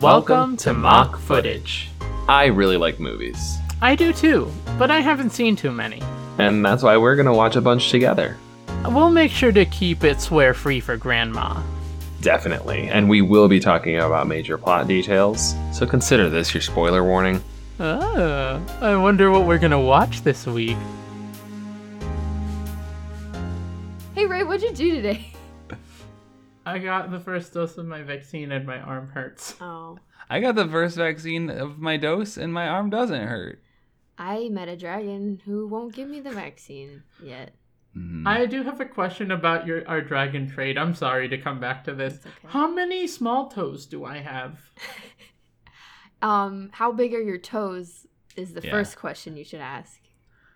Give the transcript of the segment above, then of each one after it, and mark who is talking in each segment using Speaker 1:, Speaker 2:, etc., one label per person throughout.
Speaker 1: Welcome to Mock Footage.
Speaker 2: I really like movies,
Speaker 1: I do too, but I haven't seen too many.
Speaker 2: and that's why we're gonna watch a bunch together.
Speaker 1: We'll make sure to keep it swear free for Grandma.
Speaker 2: Definitely, and we will be talking about major plot details, so consider this your spoiler warning.
Speaker 1: Oh, I wonder what we're gonna watch this week.
Speaker 3: Hey Ray, what'd you do today?
Speaker 1: I got the first dose of my vaccine and my arm hurts.
Speaker 3: Oh,
Speaker 4: I got the first vaccine of my dose, and my arm doesn't hurt.
Speaker 3: I met a dragon who won't give me the vaccine yet.
Speaker 4: Mhm.
Speaker 1: I do have a question about your our dragon trade. I'm sorry to come back to this.
Speaker 3: It's okay.
Speaker 1: How many small toes do I have?
Speaker 3: Um, how big are your toes? Is the
Speaker 4: Yeah.
Speaker 3: first question you should ask.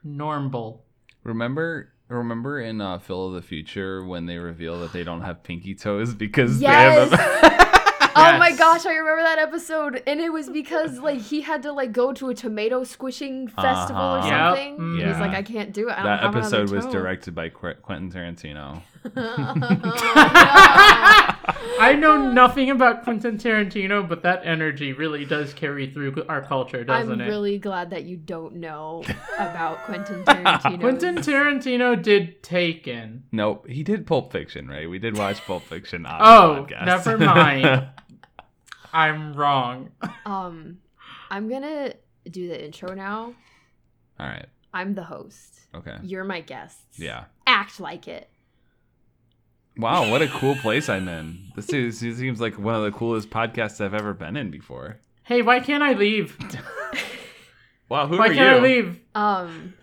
Speaker 1: Normal.
Speaker 4: remember, remember in uh, Phil of the Future when they reveal that they don't have pinky toes because they have.
Speaker 3: Yes. Oh my
Speaker 1: Yes.
Speaker 3: gosh, I remember that episode, and it was because like he had to like go to a tomato squishing festival or
Speaker 4: Uh-huh.
Speaker 1: Yep.
Speaker 3: something.
Speaker 1: Mm.
Speaker 3: He's
Speaker 4: Yeah.
Speaker 3: like, I can't do it. I
Speaker 4: A,
Speaker 3: don't
Speaker 4: that
Speaker 3: have another
Speaker 4: episode was
Speaker 3: toe."
Speaker 4: directed by Qu- Quentin Tarantino.
Speaker 3: Oh, no.
Speaker 1: I know nothing about Quentin Tarantino, but that energy really does carry through our culture, doesn't
Speaker 3: I'm
Speaker 1: it?
Speaker 3: really glad that you don't know about Quentin Tarantino.
Speaker 1: Quentin Tarantino did Taken.
Speaker 4: Nope, he did Pulp Fiction, right? We did watch Pulp Fiction. On the
Speaker 1: Oh,
Speaker 4: podcast.
Speaker 1: never mind. I'm wrong.
Speaker 3: Um, I'm gonna do the intro now.
Speaker 4: All right.
Speaker 3: I'm the host.
Speaker 4: Okay.
Speaker 3: You're my guests.
Speaker 4: Yeah.
Speaker 3: Act like it.
Speaker 4: Wow, what a cool place I'm in. This, is, this seems like one of the coolest podcasts I've ever been in before.
Speaker 1: Hey, why can't I leave?
Speaker 4: Wow, who
Speaker 1: Why
Speaker 4: are
Speaker 1: can't
Speaker 4: you?
Speaker 1: I leave?
Speaker 3: Um,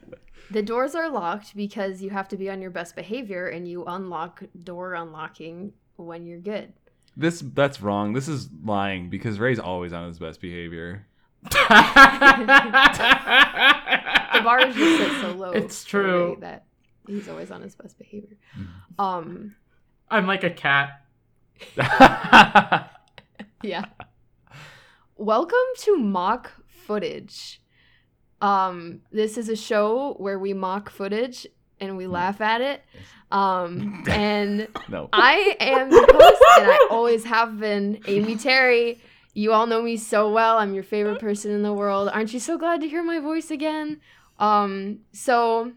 Speaker 3: the doors are locked because you have to be on your best behavior, and you unlock door unlocking when you're good.
Speaker 4: This that's wrong. This is lying because Ray's always on his best behavior.
Speaker 3: The bar is just set so low.
Speaker 1: It's
Speaker 3: for Ray
Speaker 1: true. Mm.
Speaker 3: that he's always on his best behavior. Um,
Speaker 1: I'm like a cat.
Speaker 3: yeah. Welcome to mock footage. Um, this is a show where we mock footage and we laugh at it. Um, and
Speaker 4: no.
Speaker 3: I am the host, and I always have been Amy Terry. You all know me so well. I'm your favorite person in the world. Aren't you so glad to hear my voice again? Um, so,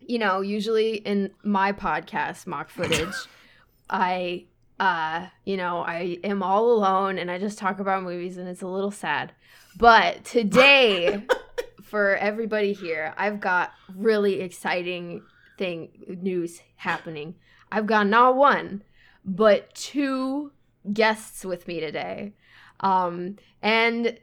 Speaker 3: you know, usually in my podcast, mock footage, I, uh, you know, I am all alone and I just talk about movies, and it's a little sad. But today, for everybody here, I've got really exciting thing news happening. I've got not one, but two guests with me today. Um, and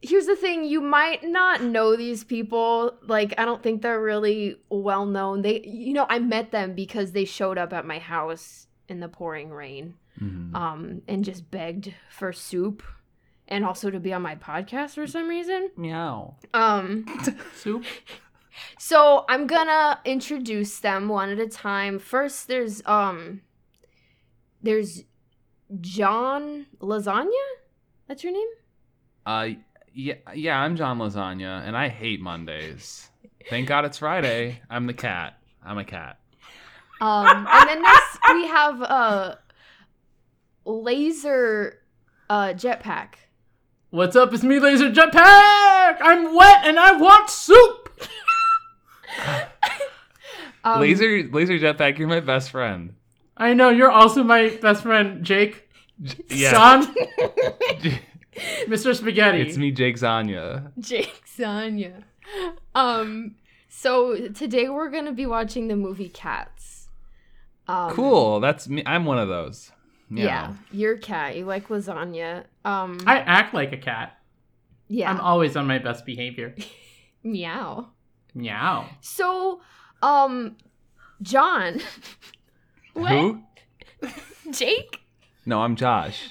Speaker 3: here's the thing you might not know these people. Like, I don't think they're really well known. They, you know, I met them because they showed up at my house in the pouring rain
Speaker 4: Mhm.
Speaker 3: um, and just begged for soup and also to be on my podcast for some reason.
Speaker 4: Meow.
Speaker 3: Um,
Speaker 1: Soup.
Speaker 3: so I'm gonna introduce them one at a time. First, there's um, there's John Lasagna. That's your name.
Speaker 4: Uh yeah, yeah, I'm John Lasagna and I hate Mondays. Thank God it's Friday. I'm the cat. I'm a cat.
Speaker 3: Um, and then next we have uh, Laser uh, Jetpack.
Speaker 1: What's up? It's me, Laser Jetpack. I'm wet and I want soup.
Speaker 3: Um,
Speaker 4: laser laser jetpack, you're my best friend.
Speaker 1: I know you're also my best friend, Jake.
Speaker 4: J-
Speaker 1: Son,
Speaker 4: J-
Speaker 1: Mr. Spaghetti.
Speaker 4: it's me, Jake Zanya.
Speaker 3: Jake Zanya. Um, so today we're gonna be watching the movie Cats. Um,
Speaker 4: Cool. That's me. I'm one of those. Meow.
Speaker 3: Yeah, you're a cat. You like lasagna. Um,
Speaker 1: I act like a cat.
Speaker 3: yeah.
Speaker 1: I'm always on my best behavior.
Speaker 3: meow.
Speaker 1: Meow.
Speaker 3: So, um, John, what?
Speaker 4: Who?
Speaker 3: Jake?
Speaker 4: No, I'm Josh.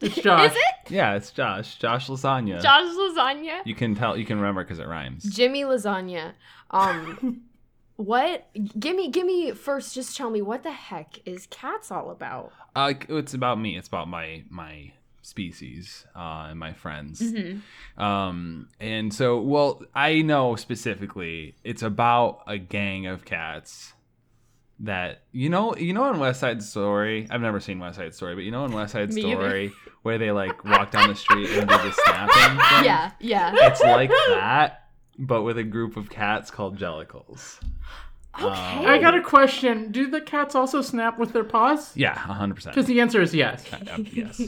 Speaker 1: It's Josh.
Speaker 3: Is it
Speaker 4: Yeah, it's Josh. Josh Lasagna.
Speaker 3: Josh Lasagna?
Speaker 4: You can tell. You can remember because it rhymes.
Speaker 3: Jimmy Lasagna. Um, what? Give me, give me first. Just tell me what the heck is cats all about?
Speaker 4: Uh, it's about me. It's about my my species uh, and my friends.
Speaker 3: Mm-hmm.
Speaker 1: Mm-hmm.
Speaker 4: Um, and so, well, I know specifically it's about a gang of cats that you know you know in West Side Story I've never seen West Side Story but you know in West Side
Speaker 3: Me either.
Speaker 4: Story where they like walk down the street and do the snapping thing?
Speaker 3: Yeah, yeah.
Speaker 4: it's like that but with a group of cats called Jellicles
Speaker 3: Okay.
Speaker 1: Uh, I got a question. Do the cats also snap with their paws?
Speaker 4: yeah hundred percent
Speaker 1: Because the answer is yes.
Speaker 4: yes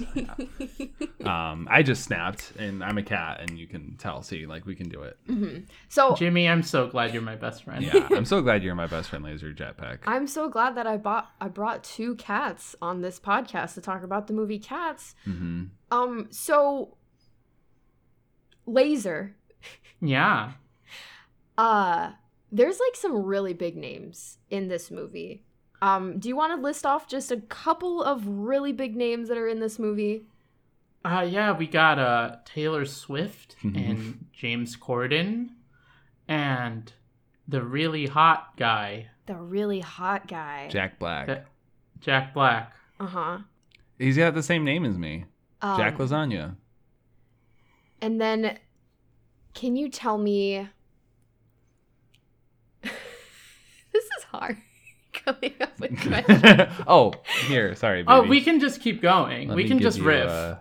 Speaker 4: um I just snapped and I'm a cat and you can tell see like we can do it
Speaker 3: So
Speaker 1: Jimmy, I'm so glad you're my best friend.
Speaker 4: yeah I'm so glad you're my best friend laser jetpack
Speaker 3: I'm so glad that I bought I brought two cats on this podcast to talk about the movie Cats.
Speaker 4: mm-hmm.
Speaker 3: Um so Laser.
Speaker 1: Yeah.
Speaker 3: Uh there's like some really big names in this movie. Um do you want to list off just a couple of really big names that are in this movie?
Speaker 1: Uh, yeah, we got uh, Taylor Swift
Speaker 4: Mhm.
Speaker 1: and James Corden and the really hot guy,
Speaker 3: The really hot guy.
Speaker 4: Jack Black
Speaker 1: That- Jack Black.
Speaker 3: uh-huh.
Speaker 4: he's got the same name as me
Speaker 3: Um,
Speaker 4: Jack Lasagna
Speaker 3: And then, can you tell me? this is hard coming up with questions.
Speaker 4: oh, here, sorry. Baby.
Speaker 1: Oh, we can just keep going.
Speaker 4: Let
Speaker 1: we
Speaker 4: me
Speaker 1: can
Speaker 4: give
Speaker 1: just
Speaker 4: you,
Speaker 1: riff.
Speaker 4: uh,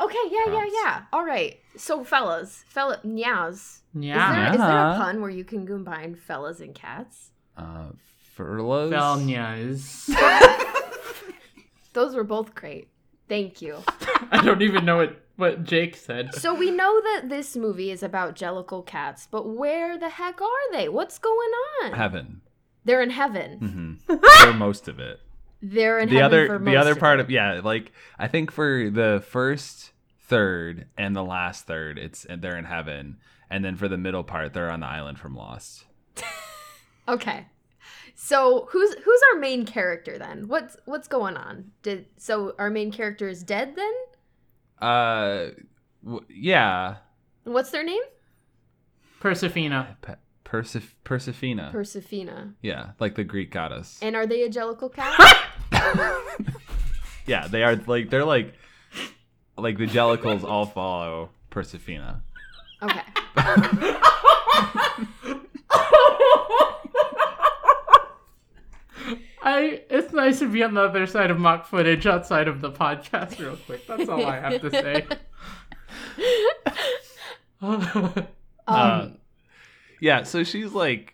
Speaker 3: okay, yeah, yeah,
Speaker 4: Props.
Speaker 3: yeah. All right. So, fellas, fella, meows. Is,
Speaker 1: yeah.
Speaker 3: there, is there a
Speaker 4: Yeah.
Speaker 3: pun where you can combine fellas and cats?
Speaker 4: uh, furloughs.
Speaker 1: Felnias.
Speaker 3: Those were both great. Thank you.
Speaker 1: I don't even know what, what Jake said.
Speaker 3: So we know that this movie is about jellicle cats, but where the heck are they? What's going on?
Speaker 4: Heaven.
Speaker 3: They're in heaven.
Speaker 4: hmm for most of it.
Speaker 3: They're in
Speaker 4: The
Speaker 3: heaven
Speaker 4: other,
Speaker 3: for
Speaker 4: the
Speaker 3: most
Speaker 4: other
Speaker 3: of
Speaker 4: part
Speaker 3: it.
Speaker 4: of yeah, like I think for the first third and the last third, it's they're in heaven, and then for the middle part, they're on the island from Lost.
Speaker 3: Okay. So who's who's our main character then? What's what's going on? Did so our main character is dead then?
Speaker 4: Uh, w- yeah,
Speaker 3: What's their name?
Speaker 1: Persefina.
Speaker 4: Pe- Persef- Persefina.
Speaker 3: Persephina.
Speaker 4: yeah, like the Greek goddess.
Speaker 3: And are they a jellicle cat?
Speaker 4: Yeah, they are like they're like like the Jellicles all follow Persefina.
Speaker 3: okay.
Speaker 1: I it's nice to be on the other side of mock footage outside of the podcast real quick. That's all I have to say.
Speaker 3: Um,
Speaker 4: Uh, Yeah, so she's like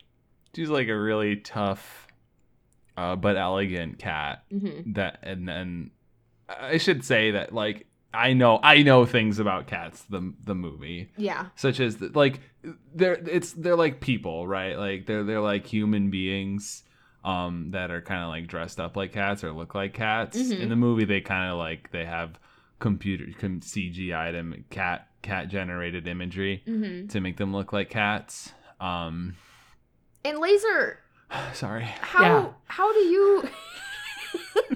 Speaker 4: she's like a really tough uh, but elegant cat
Speaker 3: mhm.
Speaker 4: that and then I should say that like I know I know things about cats the the movie
Speaker 3: Yeah.
Speaker 4: such as the, like they're it's they're like people right like they're they're like human beings um that are kind of like dressed up like cats or look like cats
Speaker 3: Mhm.
Speaker 1: Mm-hmm.
Speaker 4: in the movie they kind of like they have computer com- cgi them cat cat generated imagery
Speaker 3: Mhm.
Speaker 1: Mm-hmm.
Speaker 4: to make them look like cats um
Speaker 3: And Laser,
Speaker 4: sorry
Speaker 3: how
Speaker 1: Yeah.
Speaker 3: how do you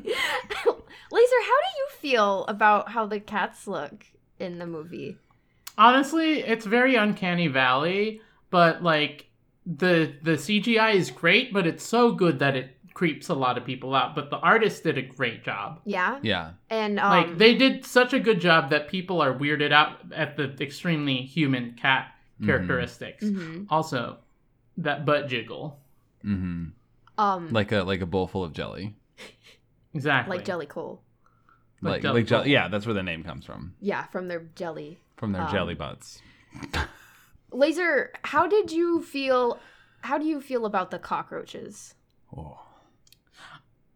Speaker 3: Laser, how do you feel about how the cats look in the movie?
Speaker 1: Honestly, it's very uncanny valley, but like the the CGI is great, but it's so good that it creeps a lot of people out. But the artist did a great job.
Speaker 3: Yeah.
Speaker 4: yeah
Speaker 3: And um,
Speaker 1: like they did such a good job that people are weirded out at the extremely human cat
Speaker 4: Mhm.
Speaker 1: characteristics.
Speaker 3: mhm.
Speaker 1: Also, that butt jiggle.
Speaker 4: hmm
Speaker 3: Um, like,
Speaker 4: like a like a bowl full of jelly
Speaker 1: Exactly.
Speaker 3: jelly coal.
Speaker 1: Like
Speaker 4: like
Speaker 1: jelly
Speaker 4: like
Speaker 1: bowl.
Speaker 4: jelly yeah that's where the name comes from
Speaker 3: Yeah, from their jelly.
Speaker 4: from their
Speaker 3: Um,
Speaker 4: jelly butts
Speaker 3: Laser, how did you feel? How do you feel about the cockroaches?
Speaker 4: oh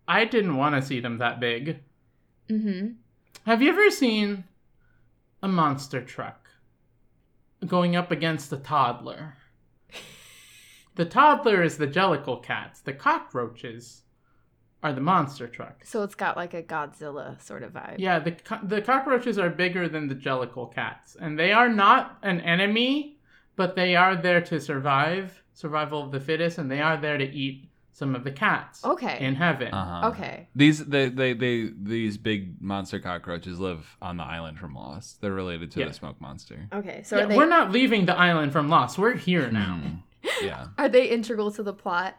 Speaker 1: I didn't want to see them that big.
Speaker 3: Mm-hmm.
Speaker 1: Have you ever seen a monster truck going up against a toddler? the toddler is the jellicle cats. The cockroaches are the monster trucks.
Speaker 3: So it's got like a Godzilla sort of vibe.
Speaker 1: Yeah, the co- the cockroaches are bigger than the jellicle cats, and they are not an enemy, but they are there to survive, survival of the fittest, and they are there to eat some of the cats
Speaker 3: Okay.
Speaker 1: in heaven.
Speaker 4: uh-huh
Speaker 3: okay.
Speaker 4: These they, they they these big monster cockroaches live on the island from Lost. They're related to
Speaker 1: Yeah.
Speaker 4: the smoke monster.
Speaker 3: Okay. So
Speaker 1: Yeah,
Speaker 3: are they
Speaker 1: We're not leaving the island from Lost. We're here now.
Speaker 4: Mm. yeah.
Speaker 3: are they integral to the plot?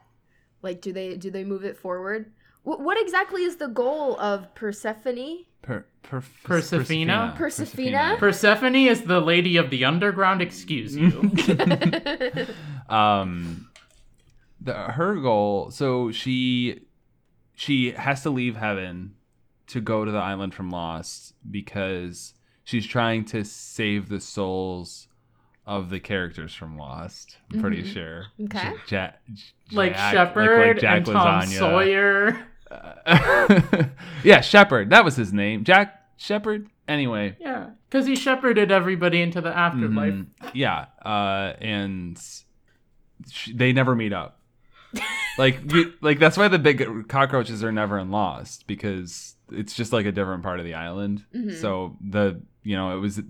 Speaker 3: Like, do they do they move it forward? What, what exactly is the goal of Persephone?
Speaker 4: Per, per,
Speaker 1: Persefina?
Speaker 3: Persefina?
Speaker 1: Persephone is the lady of the underground. Excuse you.
Speaker 4: um, the, her goal. So she she has to leave heaven to go to the island from Lost because she's trying to save the souls of the characters from Lost. I'm pretty
Speaker 3: Mhm.
Speaker 4: sure.
Speaker 3: Okay.
Speaker 4: Ja- Ja-
Speaker 1: like
Speaker 4: Jack-
Speaker 1: Shepard
Speaker 4: Jack
Speaker 1: and Tom
Speaker 4: Lasagna.
Speaker 1: Sawyer.
Speaker 4: Uh, yeah, Shepard. That was his name. Jack Shepard. Anyway,
Speaker 1: Yeah, because he shepherded everybody into the afterlife.
Speaker 4: mhm. yeah, uh, and sh- they never meet up. like, you, like that's why the big cockroaches are never in Lost because it's just like a different part of the island.
Speaker 1: Mm-hmm.
Speaker 3: Mhm.
Speaker 4: So the you know it was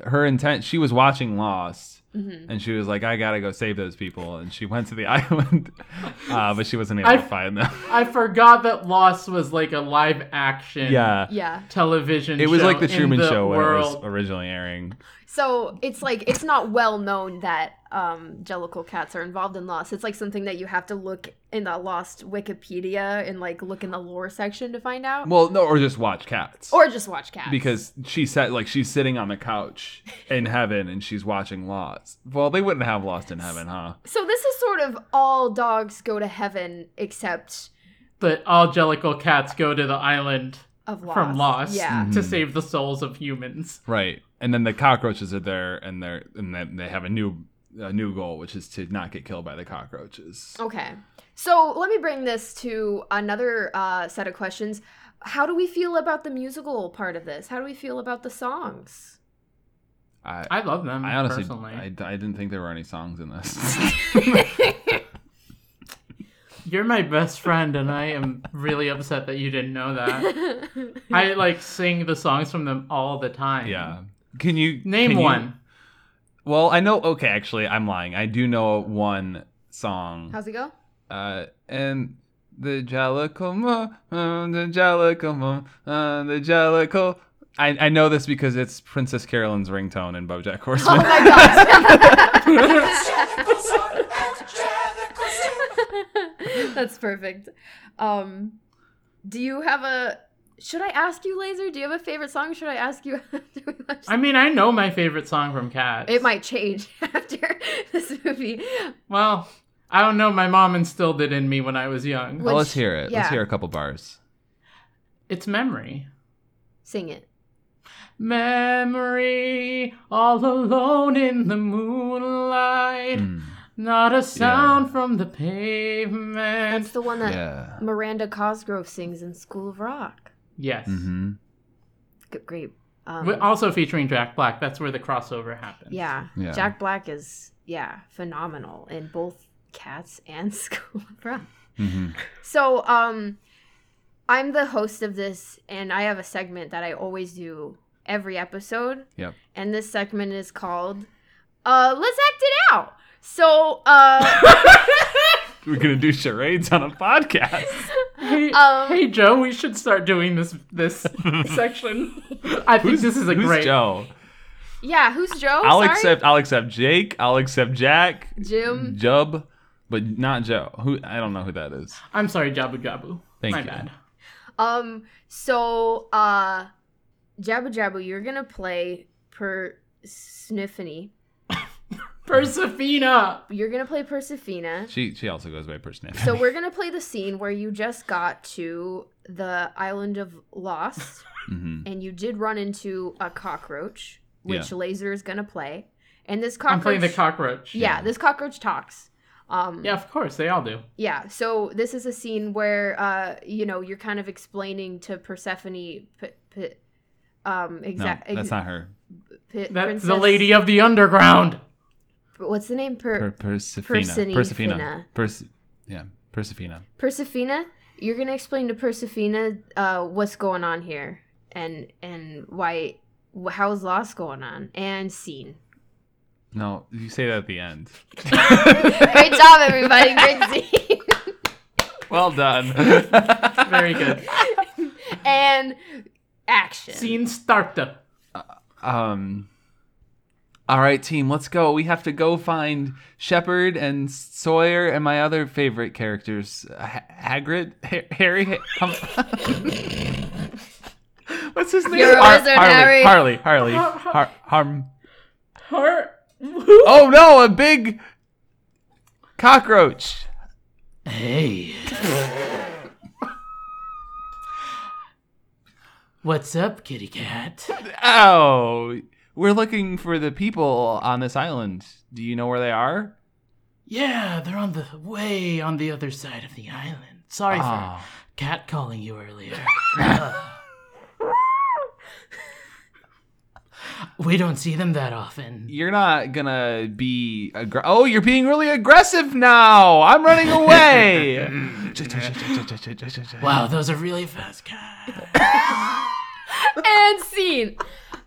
Speaker 4: her intent. She was watching Lost.
Speaker 1: Mm-hmm.
Speaker 3: Mhm.
Speaker 4: And she was like, "I gotta go save those people," and she went to the island, uh, but she wasn't able
Speaker 1: I-
Speaker 4: to find them.
Speaker 1: I forgot that Lost was like a live action
Speaker 4: yeah,
Speaker 3: Yeah.
Speaker 1: television
Speaker 4: it was
Speaker 1: show
Speaker 4: like the
Speaker 1: in
Speaker 4: Truman
Speaker 1: the
Speaker 4: Show when it was
Speaker 1: world.
Speaker 4: originally airing.
Speaker 3: So it's like it's not well known that um, Jellicle cats are involved in Lost. It's like something that you have to look in the Lost Wikipedia and like look in the lore section to find out,
Speaker 4: Well, no, or just watch cats.
Speaker 3: Uh, or just watch cats.
Speaker 4: because she sat like she's sitting on the couch in heaven and she's watching Lost. Well, they wouldn't have Lost in heaven, huh?
Speaker 3: so this is sort of all dogs go to heaven except
Speaker 1: That all jellicle cats go to the island
Speaker 3: of Lost.
Speaker 1: from Lost
Speaker 3: Yeah.
Speaker 1: to
Speaker 4: Mhm.
Speaker 1: save the souls of humans.
Speaker 4: Right. And then the cockroaches are there and they're and then they have a new a new goal, which is to not get killed by the cockroaches.
Speaker 3: Okay. So let me bring this to another uh, set of questions. How do we feel about the musical part of this? How do we feel about the songs?
Speaker 4: I
Speaker 1: I love them
Speaker 4: I honestly
Speaker 1: personally.
Speaker 4: I, I didn't think there were any songs in this.
Speaker 1: You're my best friend, and I am really upset that you didn't know that. Uh, I like sing the songs from them all the time.
Speaker 4: yeah. Can you
Speaker 1: Name
Speaker 4: can you-
Speaker 1: one.
Speaker 4: well, I know okay, actually I'm lying. I do know one song.
Speaker 3: How's it go?
Speaker 4: Uh, and the Jellicle, Moon, uh, the Jellicle, Moon, uh, the Jellicle. I, I know this because it's Princess Carolyn's ringtone in BoJack
Speaker 3: Oh
Speaker 4: Horseman.
Speaker 3: my god.
Speaker 5: Jellicle,
Speaker 3: That's perfect. Um, do you have a? Should I ask you, Laser? Do you have a favorite song? Should I ask you? after we watch
Speaker 1: I mean, I know my favorite song from Cats.
Speaker 3: it might change after this movie.
Speaker 1: Well, I don't know. My mom instilled it in me when I was young.
Speaker 3: What-
Speaker 4: Well, let's hear it.
Speaker 3: yeah.
Speaker 4: Let's hear a couple bars.
Speaker 1: It's memory.
Speaker 3: Sing it.
Speaker 1: Memory, all alone in the moonlight.
Speaker 4: Hmm. Mm,
Speaker 1: Not a sound from the pavement.
Speaker 3: That's the one that
Speaker 4: Yeah.
Speaker 3: Miranda Cosgrove sings in School of Rock.
Speaker 1: yes.
Speaker 4: Mm-hmm.
Speaker 3: G- Great.
Speaker 1: We're
Speaker 3: Um,
Speaker 1: Also featuring Jack Black. That's where the crossover happened.
Speaker 3: yeah.
Speaker 4: Yeah.
Speaker 3: Jack Black is yeah phenomenal in both Cats and School of Rock.
Speaker 4: Mm-hmm.
Speaker 3: So, um, I'm the host of this, and I have a segment that I always do every episode.
Speaker 4: Yep.
Speaker 3: And this segment is called uh, "Let's Act It Out." So, uh,
Speaker 4: We're gonna do charades on a podcast.
Speaker 1: Hey,
Speaker 3: Um,
Speaker 1: hey, Joe, we should start doing this this section. I think this is a
Speaker 4: who's
Speaker 1: great.
Speaker 4: Joe?
Speaker 3: yeah, who's Joe?
Speaker 4: I'll
Speaker 3: Oh, Sorry?
Speaker 4: accept. I'll accept Jake. I'll accept Jack.
Speaker 3: Jim.
Speaker 4: Jub, but not Joe. Who? I don't know who that is.
Speaker 1: I'm sorry, Jabu Jabu.
Speaker 4: Thank
Speaker 1: My
Speaker 4: you.
Speaker 1: bad.
Speaker 3: Um. So, uh, Jabu Jabu, you're gonna play Persephone.
Speaker 1: Persefina.
Speaker 3: You're gonna play Persephone.
Speaker 4: She she also goes by Persniff.
Speaker 3: So we're gonna play the scene where you just got to the island of Lost.
Speaker 4: mm-hmm.
Speaker 3: and you did run into a cockroach, which Laser is gonna play. And this cockroach,
Speaker 1: I'm playing the cockroach.
Speaker 3: Yeah, this cockroach talks. Um,
Speaker 1: Yeah, of course they all do.
Speaker 3: yeah. So this is a scene where, uh, you know, you're kind of explaining to Persephone, p- p- um,
Speaker 4: No,
Speaker 3: exactly.
Speaker 4: that's not her.
Speaker 3: P-
Speaker 1: That's
Speaker 3: princess-
Speaker 1: the lady of the underground.
Speaker 3: What's the name? Per-
Speaker 4: Per- Persefina.
Speaker 3: Persini-
Speaker 4: Persefina.
Speaker 3: Fina.
Speaker 4: Perse- yeah, Persefina.
Speaker 3: Persephone. You're gonna explain to Persephone uh, what's going on here, and and why, wh- how's Lost going on, and scene.
Speaker 4: No, you say that at the end.
Speaker 3: Great job, everybody. Great scene.
Speaker 4: Well done.
Speaker 1: Very good.
Speaker 3: and action.
Speaker 1: Scene starter.
Speaker 4: um. All right, team, let's go. We have to go find Shepard and Sawyer and my other favorite characters, H- Hagrid, Ha- Harry. Ha- um, What's his name?
Speaker 3: You're a wizard, Harry.
Speaker 4: Harley. Harley. Har- harm.
Speaker 1: Her.
Speaker 4: Oh no, a big cockroach.
Speaker 6: Hey.
Speaker 1: What's up, kitty cat?
Speaker 4: Oh, we're looking for the people on this island. Do you know where they are?
Speaker 1: Yeah, they're on the way on the other side of the island. Sorry for
Speaker 4: Ah.
Speaker 1: cat calling you earlier. we don't see them that often.
Speaker 4: You're not gonna be. Aggr- oh, you're being really aggressive now. I'm running away.
Speaker 1: Wow, those are really fast cats.
Speaker 3: and scene.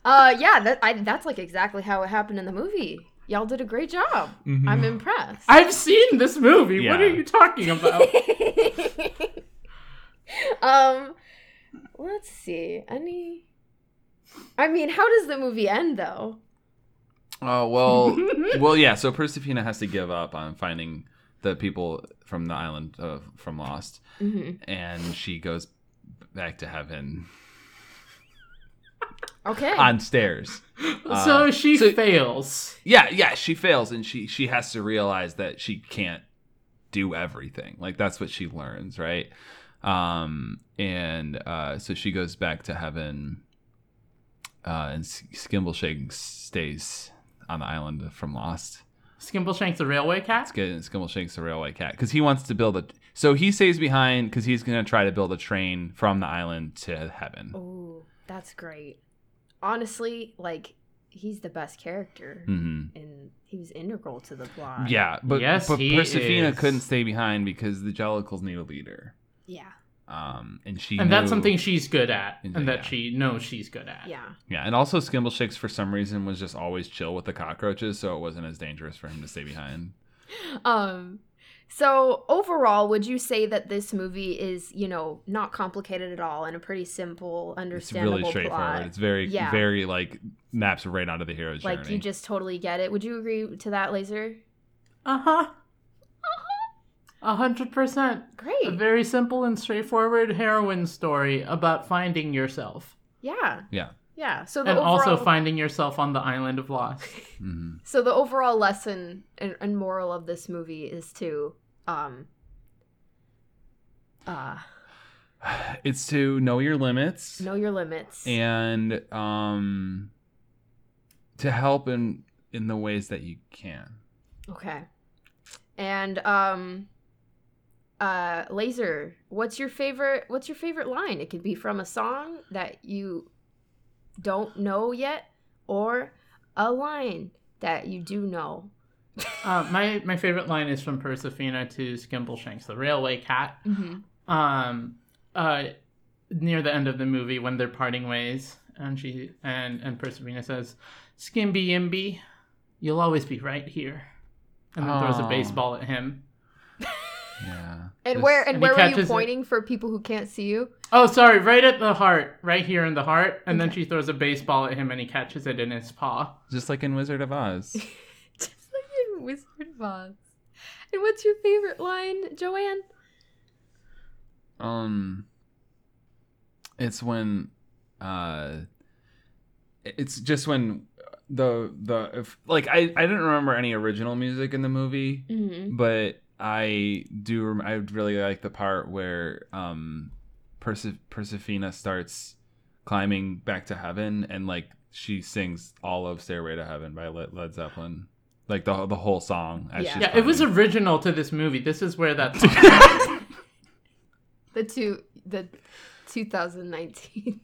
Speaker 3: Uh, yeah, that I, that's like exactly how it happened in the movie. Y'all did a great job. I'm impressed.
Speaker 1: I've seen this movie. What are
Speaker 4: Yeah.
Speaker 1: you talking about?
Speaker 3: um, let's see. Any? I mean, how does the movie end though?
Speaker 4: Oh well, well yeah. So Persefina has to give up on finding the people from the island of, from Lost,
Speaker 3: Mhm.
Speaker 4: and she goes back to heaven
Speaker 3: Okay.
Speaker 4: on stairs.
Speaker 1: so
Speaker 4: Uh,
Speaker 1: she
Speaker 4: so-
Speaker 1: fails.
Speaker 4: yeah, yeah. She fails, and she she has to realize that she can't do everything. Like that's what she learns, right? Um, and uh, so she goes back to heaven, uh, and S- Skimbleshake stays on the island from Lost.
Speaker 1: Skimbleshank's a railway cat?
Speaker 4: Get Skimbleshank's the railway cat because he wants to build a. So he stays behind because he's gonna try to build a train from the island to heaven.
Speaker 3: Ooh, Oh, that's great. Honestly, like he's the best character,
Speaker 4: hmm
Speaker 3: and he was integral to the plot.
Speaker 4: Yeah, but
Speaker 1: Yes,
Speaker 4: but
Speaker 1: he
Speaker 4: Persefina
Speaker 1: is.
Speaker 4: couldn't stay behind because the Jellicles need a leader,
Speaker 3: Yeah.
Speaker 4: um, and she
Speaker 1: And that's
Speaker 4: knew-
Speaker 1: something she's good at,
Speaker 4: Yeah.
Speaker 1: and that she knows she's good at.
Speaker 3: Yeah.
Speaker 4: Yeah, and also Skimbleshakes for some reason was just always chill with the cockroaches, so it wasn't as dangerous for him to stay behind.
Speaker 3: Um so overall, would you say that this movie is, you know, not complicated at all and a pretty simple,
Speaker 4: It's
Speaker 3: understandable
Speaker 4: really straightforward.
Speaker 3: plot?
Speaker 4: It's very
Speaker 3: Yeah.
Speaker 4: very like maps right onto the hero's
Speaker 3: Like
Speaker 4: journey.
Speaker 3: you just totally get it. Would you agree to that, Laser?
Speaker 1: Uh huh. Uh-huh. A hundred percent. A
Speaker 3: Great.
Speaker 1: very simple and straightforward heroine story about finding yourself.
Speaker 3: Yeah.
Speaker 4: Yeah.
Speaker 3: Yeah. So the
Speaker 1: and
Speaker 3: overall,
Speaker 1: also finding yourself on the island of Lost.
Speaker 4: hmm
Speaker 3: so the overall lesson and, and moral of this movie is to um uh
Speaker 4: It's to know your limits.
Speaker 3: know your limits.
Speaker 4: and um to help in in the ways that you can
Speaker 3: Okay. And um uh Laser, what's your favorite what's your favorite line? It could be from a song that you don't know yet or a line that you do know.
Speaker 1: Uh, my my favorite line is from Persefina to Skimbleshanks, the railway cat. Um, uh, near the end of the movie when they're parting ways, and she and and Persefina says, "Skimby Imby, you'll always be right here," and then throws a
Speaker 4: Aw.
Speaker 1: baseball at him.
Speaker 4: yeah
Speaker 3: And
Speaker 4: This-
Speaker 3: where and,
Speaker 1: And he
Speaker 3: where were you
Speaker 1: catches it.
Speaker 3: pointing for people who can't see you?
Speaker 1: Oh, sorry, right at the heart, right here in the heart, and then
Speaker 3: Okay.
Speaker 1: she throws a baseball at him, and he catches it in his paw.
Speaker 4: just like in wizard of oz
Speaker 3: Just like in Wizard of Oz. And what's your favorite line, Joanne?
Speaker 4: um it's when uh it's just when the the if, like i i didn't remember any original music in the movie
Speaker 3: Mm-hmm.
Speaker 4: but I do. Rem- I really like the part where um, Perse- Persefina starts climbing back to heaven, and like she sings all of "Stairway to Heaven" by Led, Led Zeppelin, like the the whole song. As
Speaker 3: Yeah.
Speaker 4: she's
Speaker 1: Yeah, it was
Speaker 4: climbing.
Speaker 1: original to this movie. This is where that song
Speaker 3: The two the 2019.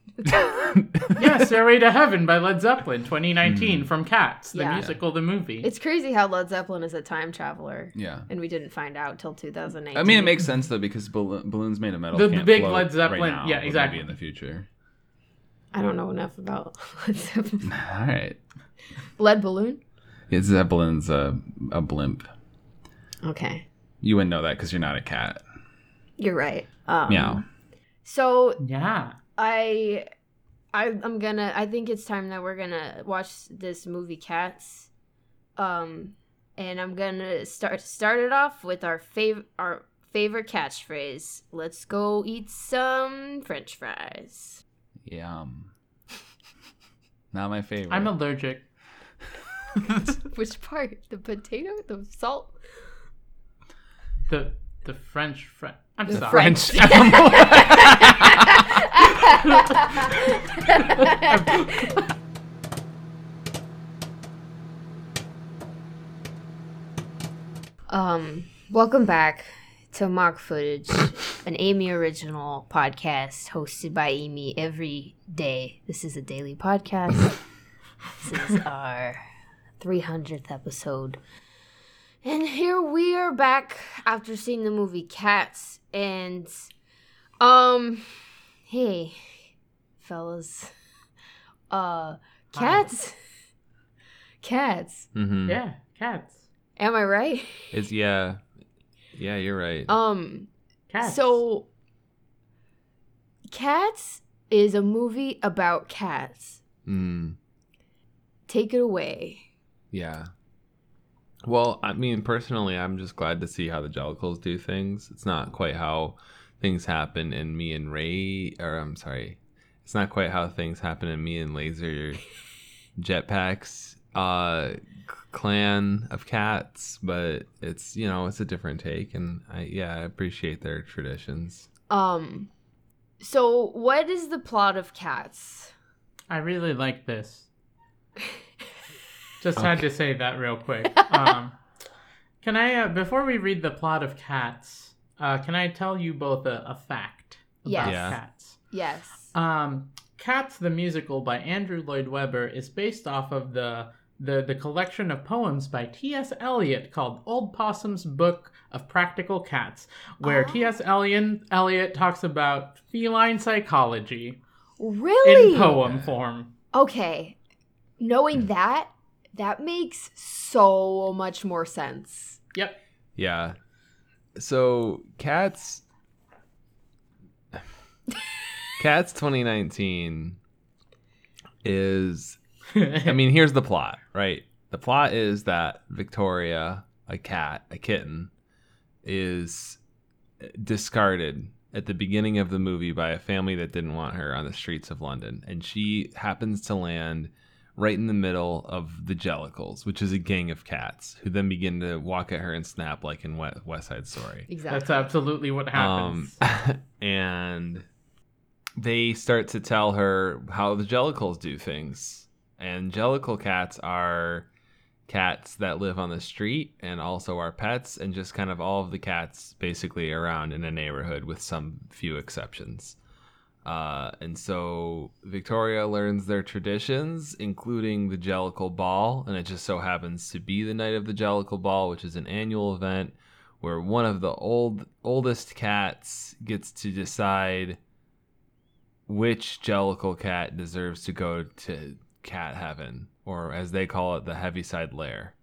Speaker 1: yeah, Stairway to Heaven by Led Zeppelin, 2019 from Cats, the
Speaker 3: Yeah.
Speaker 1: musical, the movie.
Speaker 3: It's crazy how Led Zeppelin is a time traveler,
Speaker 4: Yeah.
Speaker 3: and we didn't find out till 2008.
Speaker 4: I mean, it makes sense though because bal- balloons made of metal.
Speaker 1: The
Speaker 4: can't
Speaker 1: big
Speaker 4: float
Speaker 1: Led
Speaker 4: right
Speaker 1: Zeppelin-
Speaker 4: now,
Speaker 1: yeah,
Speaker 4: but maybe
Speaker 1: exactly.
Speaker 4: in the future.
Speaker 3: I don't know enough about Led Zeppelin.
Speaker 4: All right,
Speaker 3: Lead balloon.
Speaker 4: it's Zeppelin's a a blimp.
Speaker 3: Okay,
Speaker 4: You wouldn't know that because you're not a cat.
Speaker 3: you're right. Um,
Speaker 4: Meow.
Speaker 3: So
Speaker 1: yeah.
Speaker 3: I, I, I'm gonna. I think it's time that we're gonna watch this movie, Cats. Um, and I'm gonna start start it off with our fav our favorite catchphrase. Let's go eat some French fries.
Speaker 4: Yum. Not my favorite.
Speaker 1: I'm allergic.
Speaker 3: Which part? The potato? The salt?
Speaker 1: The The French French. I'm
Speaker 3: The
Speaker 1: sorry.
Speaker 2: French animal.
Speaker 3: um, welcome back to Mock Footage, an Amy original podcast hosted by Amy every day. This is a daily podcast. this is our 300th episode. And here we are back after seeing the movie Cats and um hey fellas uh cats cats
Speaker 4: Mm-hmm.
Speaker 1: yeah, cats.
Speaker 3: am i right
Speaker 4: It's yeah, yeah. You're right.
Speaker 3: um
Speaker 1: Cats.
Speaker 3: so cats is a movie about cats
Speaker 4: mm,
Speaker 3: take it away
Speaker 4: yeah. Well, I mean, personally, I'm just glad to see how the Jellicles do things. It's not quite how things happen in me and Ray, or I'm sorry, it's not quite how things happen in me and Laser Jetpacks uh, c- clan of cats, but it's you know it's a different take, and I yeah I appreciate their traditions.
Speaker 3: um so what is the plot of cats
Speaker 1: I really like this. Just had to say that real quick. Um, can I, uh, before we read the plot of Cats, uh, can I tell you both a, a fact
Speaker 3: Yes.
Speaker 1: about
Speaker 4: Yeah.
Speaker 1: Cats?
Speaker 3: yes
Speaker 1: Um, Cats the musical by Andrew Lloyd Webber is based off of the the, the collection of poems by T.S. Eliot called Old Possum's Book of Practical Cats, where
Speaker 3: Oh.
Speaker 1: T.S. Eliot, Eliot talks about feline psychology
Speaker 3: really
Speaker 1: in poem form.
Speaker 3: okay knowing that that makes so much more sense
Speaker 1: Yep.
Speaker 4: Yeah. So cats Cats 2019 is I mean, here's the plot, right? The plot is that Victoria, a cat, a kitten, is discarded at the beginning of the movie by a family that didn't want her on the streets of London. And she happens to land right in the middle of the Jellicles, which is a gang of cats who then begin to walk at her and snap like in Wet- West Side Story.
Speaker 3: exactly
Speaker 1: That's absolutely what happens.
Speaker 4: Um, and they start to tell her how the Jellicles do things. And Jellicle cats are cats that live on the street and also are pets, and just kind of all of the cats basically around in a neighborhood with some few exceptions. Uh, and so Victoria learns their traditions, including the Jellicle Ball, and it just so happens to be the night of the Jellicle Ball, which is an annual event where one of the old oldest cats gets to decide which jellicle cat deserves to go to cat heaven or as they call it the heaviside lair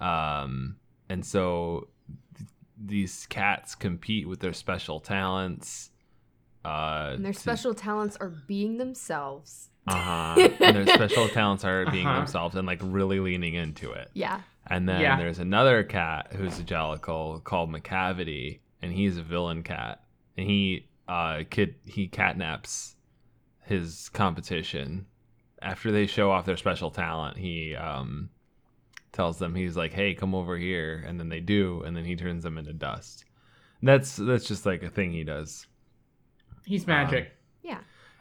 Speaker 4: um, and so th- these cats compete with their special talents uh,
Speaker 3: and their
Speaker 4: to-
Speaker 3: special talents are being themselves
Speaker 4: uh-huh. and their special talents are being
Speaker 1: Uh-huh.
Speaker 4: themselves and like really leaning into it
Speaker 3: yeah
Speaker 4: and then
Speaker 1: Yeah.
Speaker 4: there's another cat who's a jellicle called McCavity, and he's a villain cat. And he uh kid he catnaps his competition. After they show off their special talent, he um tells them he's like, Hey, come over here and then they do, and then he turns them into dust. That's that's just like a thing he does.
Speaker 1: He's magic.
Speaker 3: yeah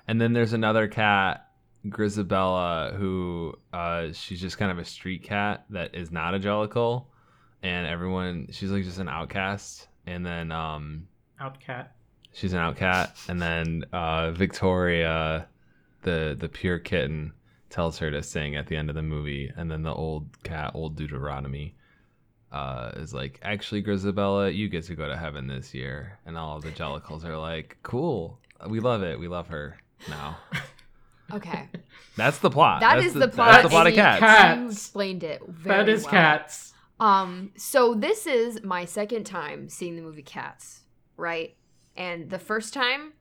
Speaker 4: And then there's another cat, Grisabella, who uh, she's just kind of a street cat that is not a Jellicle. And everyone, she's like just an outcast. And then um,
Speaker 1: Outcat.
Speaker 4: she's an outcast. And then uh, Victoria, the, the pure kitten, tells her to sing at the end of the movie. And then the old cat, old Deuteronomy, uh, is like, actually, Grisabella, you get to go to heaven this year. And all of the Jellicles are like, cool. We love it. We love her now.
Speaker 3: okay
Speaker 4: That's the plot.
Speaker 3: That
Speaker 4: Uh, that's
Speaker 3: is the plot.
Speaker 4: That's the plot of
Speaker 3: and you-
Speaker 4: cats.
Speaker 1: Cats.
Speaker 3: You explained it very
Speaker 1: That is
Speaker 3: well.
Speaker 1: cats.
Speaker 3: Um, so this is my second time seeing the movie Cats, right? And the first time,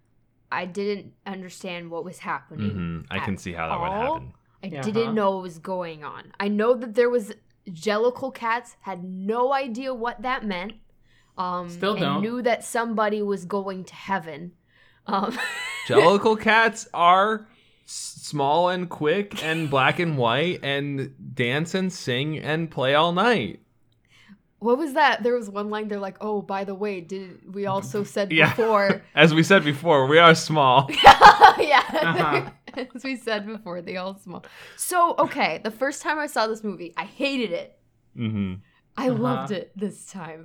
Speaker 3: I didn't understand what was happening.
Speaker 4: hmm I can see how that would
Speaker 3: All?
Speaker 4: happen.
Speaker 3: I
Speaker 1: Yeah, huh?
Speaker 3: didn't know what was going on. I know that there was Jellicle cats. Had no idea what that meant. Um,
Speaker 1: Still
Speaker 3: and
Speaker 1: don't.
Speaker 3: Knew that somebody was going to heaven. Um,
Speaker 4: Jellicle cats are s- small and quick and black and white and dance and sing and play all night.
Speaker 3: what was that? There was one line. They're like, "Oh, by the way, did we also said
Speaker 4: Yeah.
Speaker 3: before?"
Speaker 4: As we said before, we are small.
Speaker 3: yeah,
Speaker 1: Uh-huh.
Speaker 3: as we said before, they all small. So okay, the first time I saw this movie, I hated it.
Speaker 2: Mm-hmm.
Speaker 4: hmm
Speaker 3: I
Speaker 1: Uh-huh.
Speaker 3: loved it this time.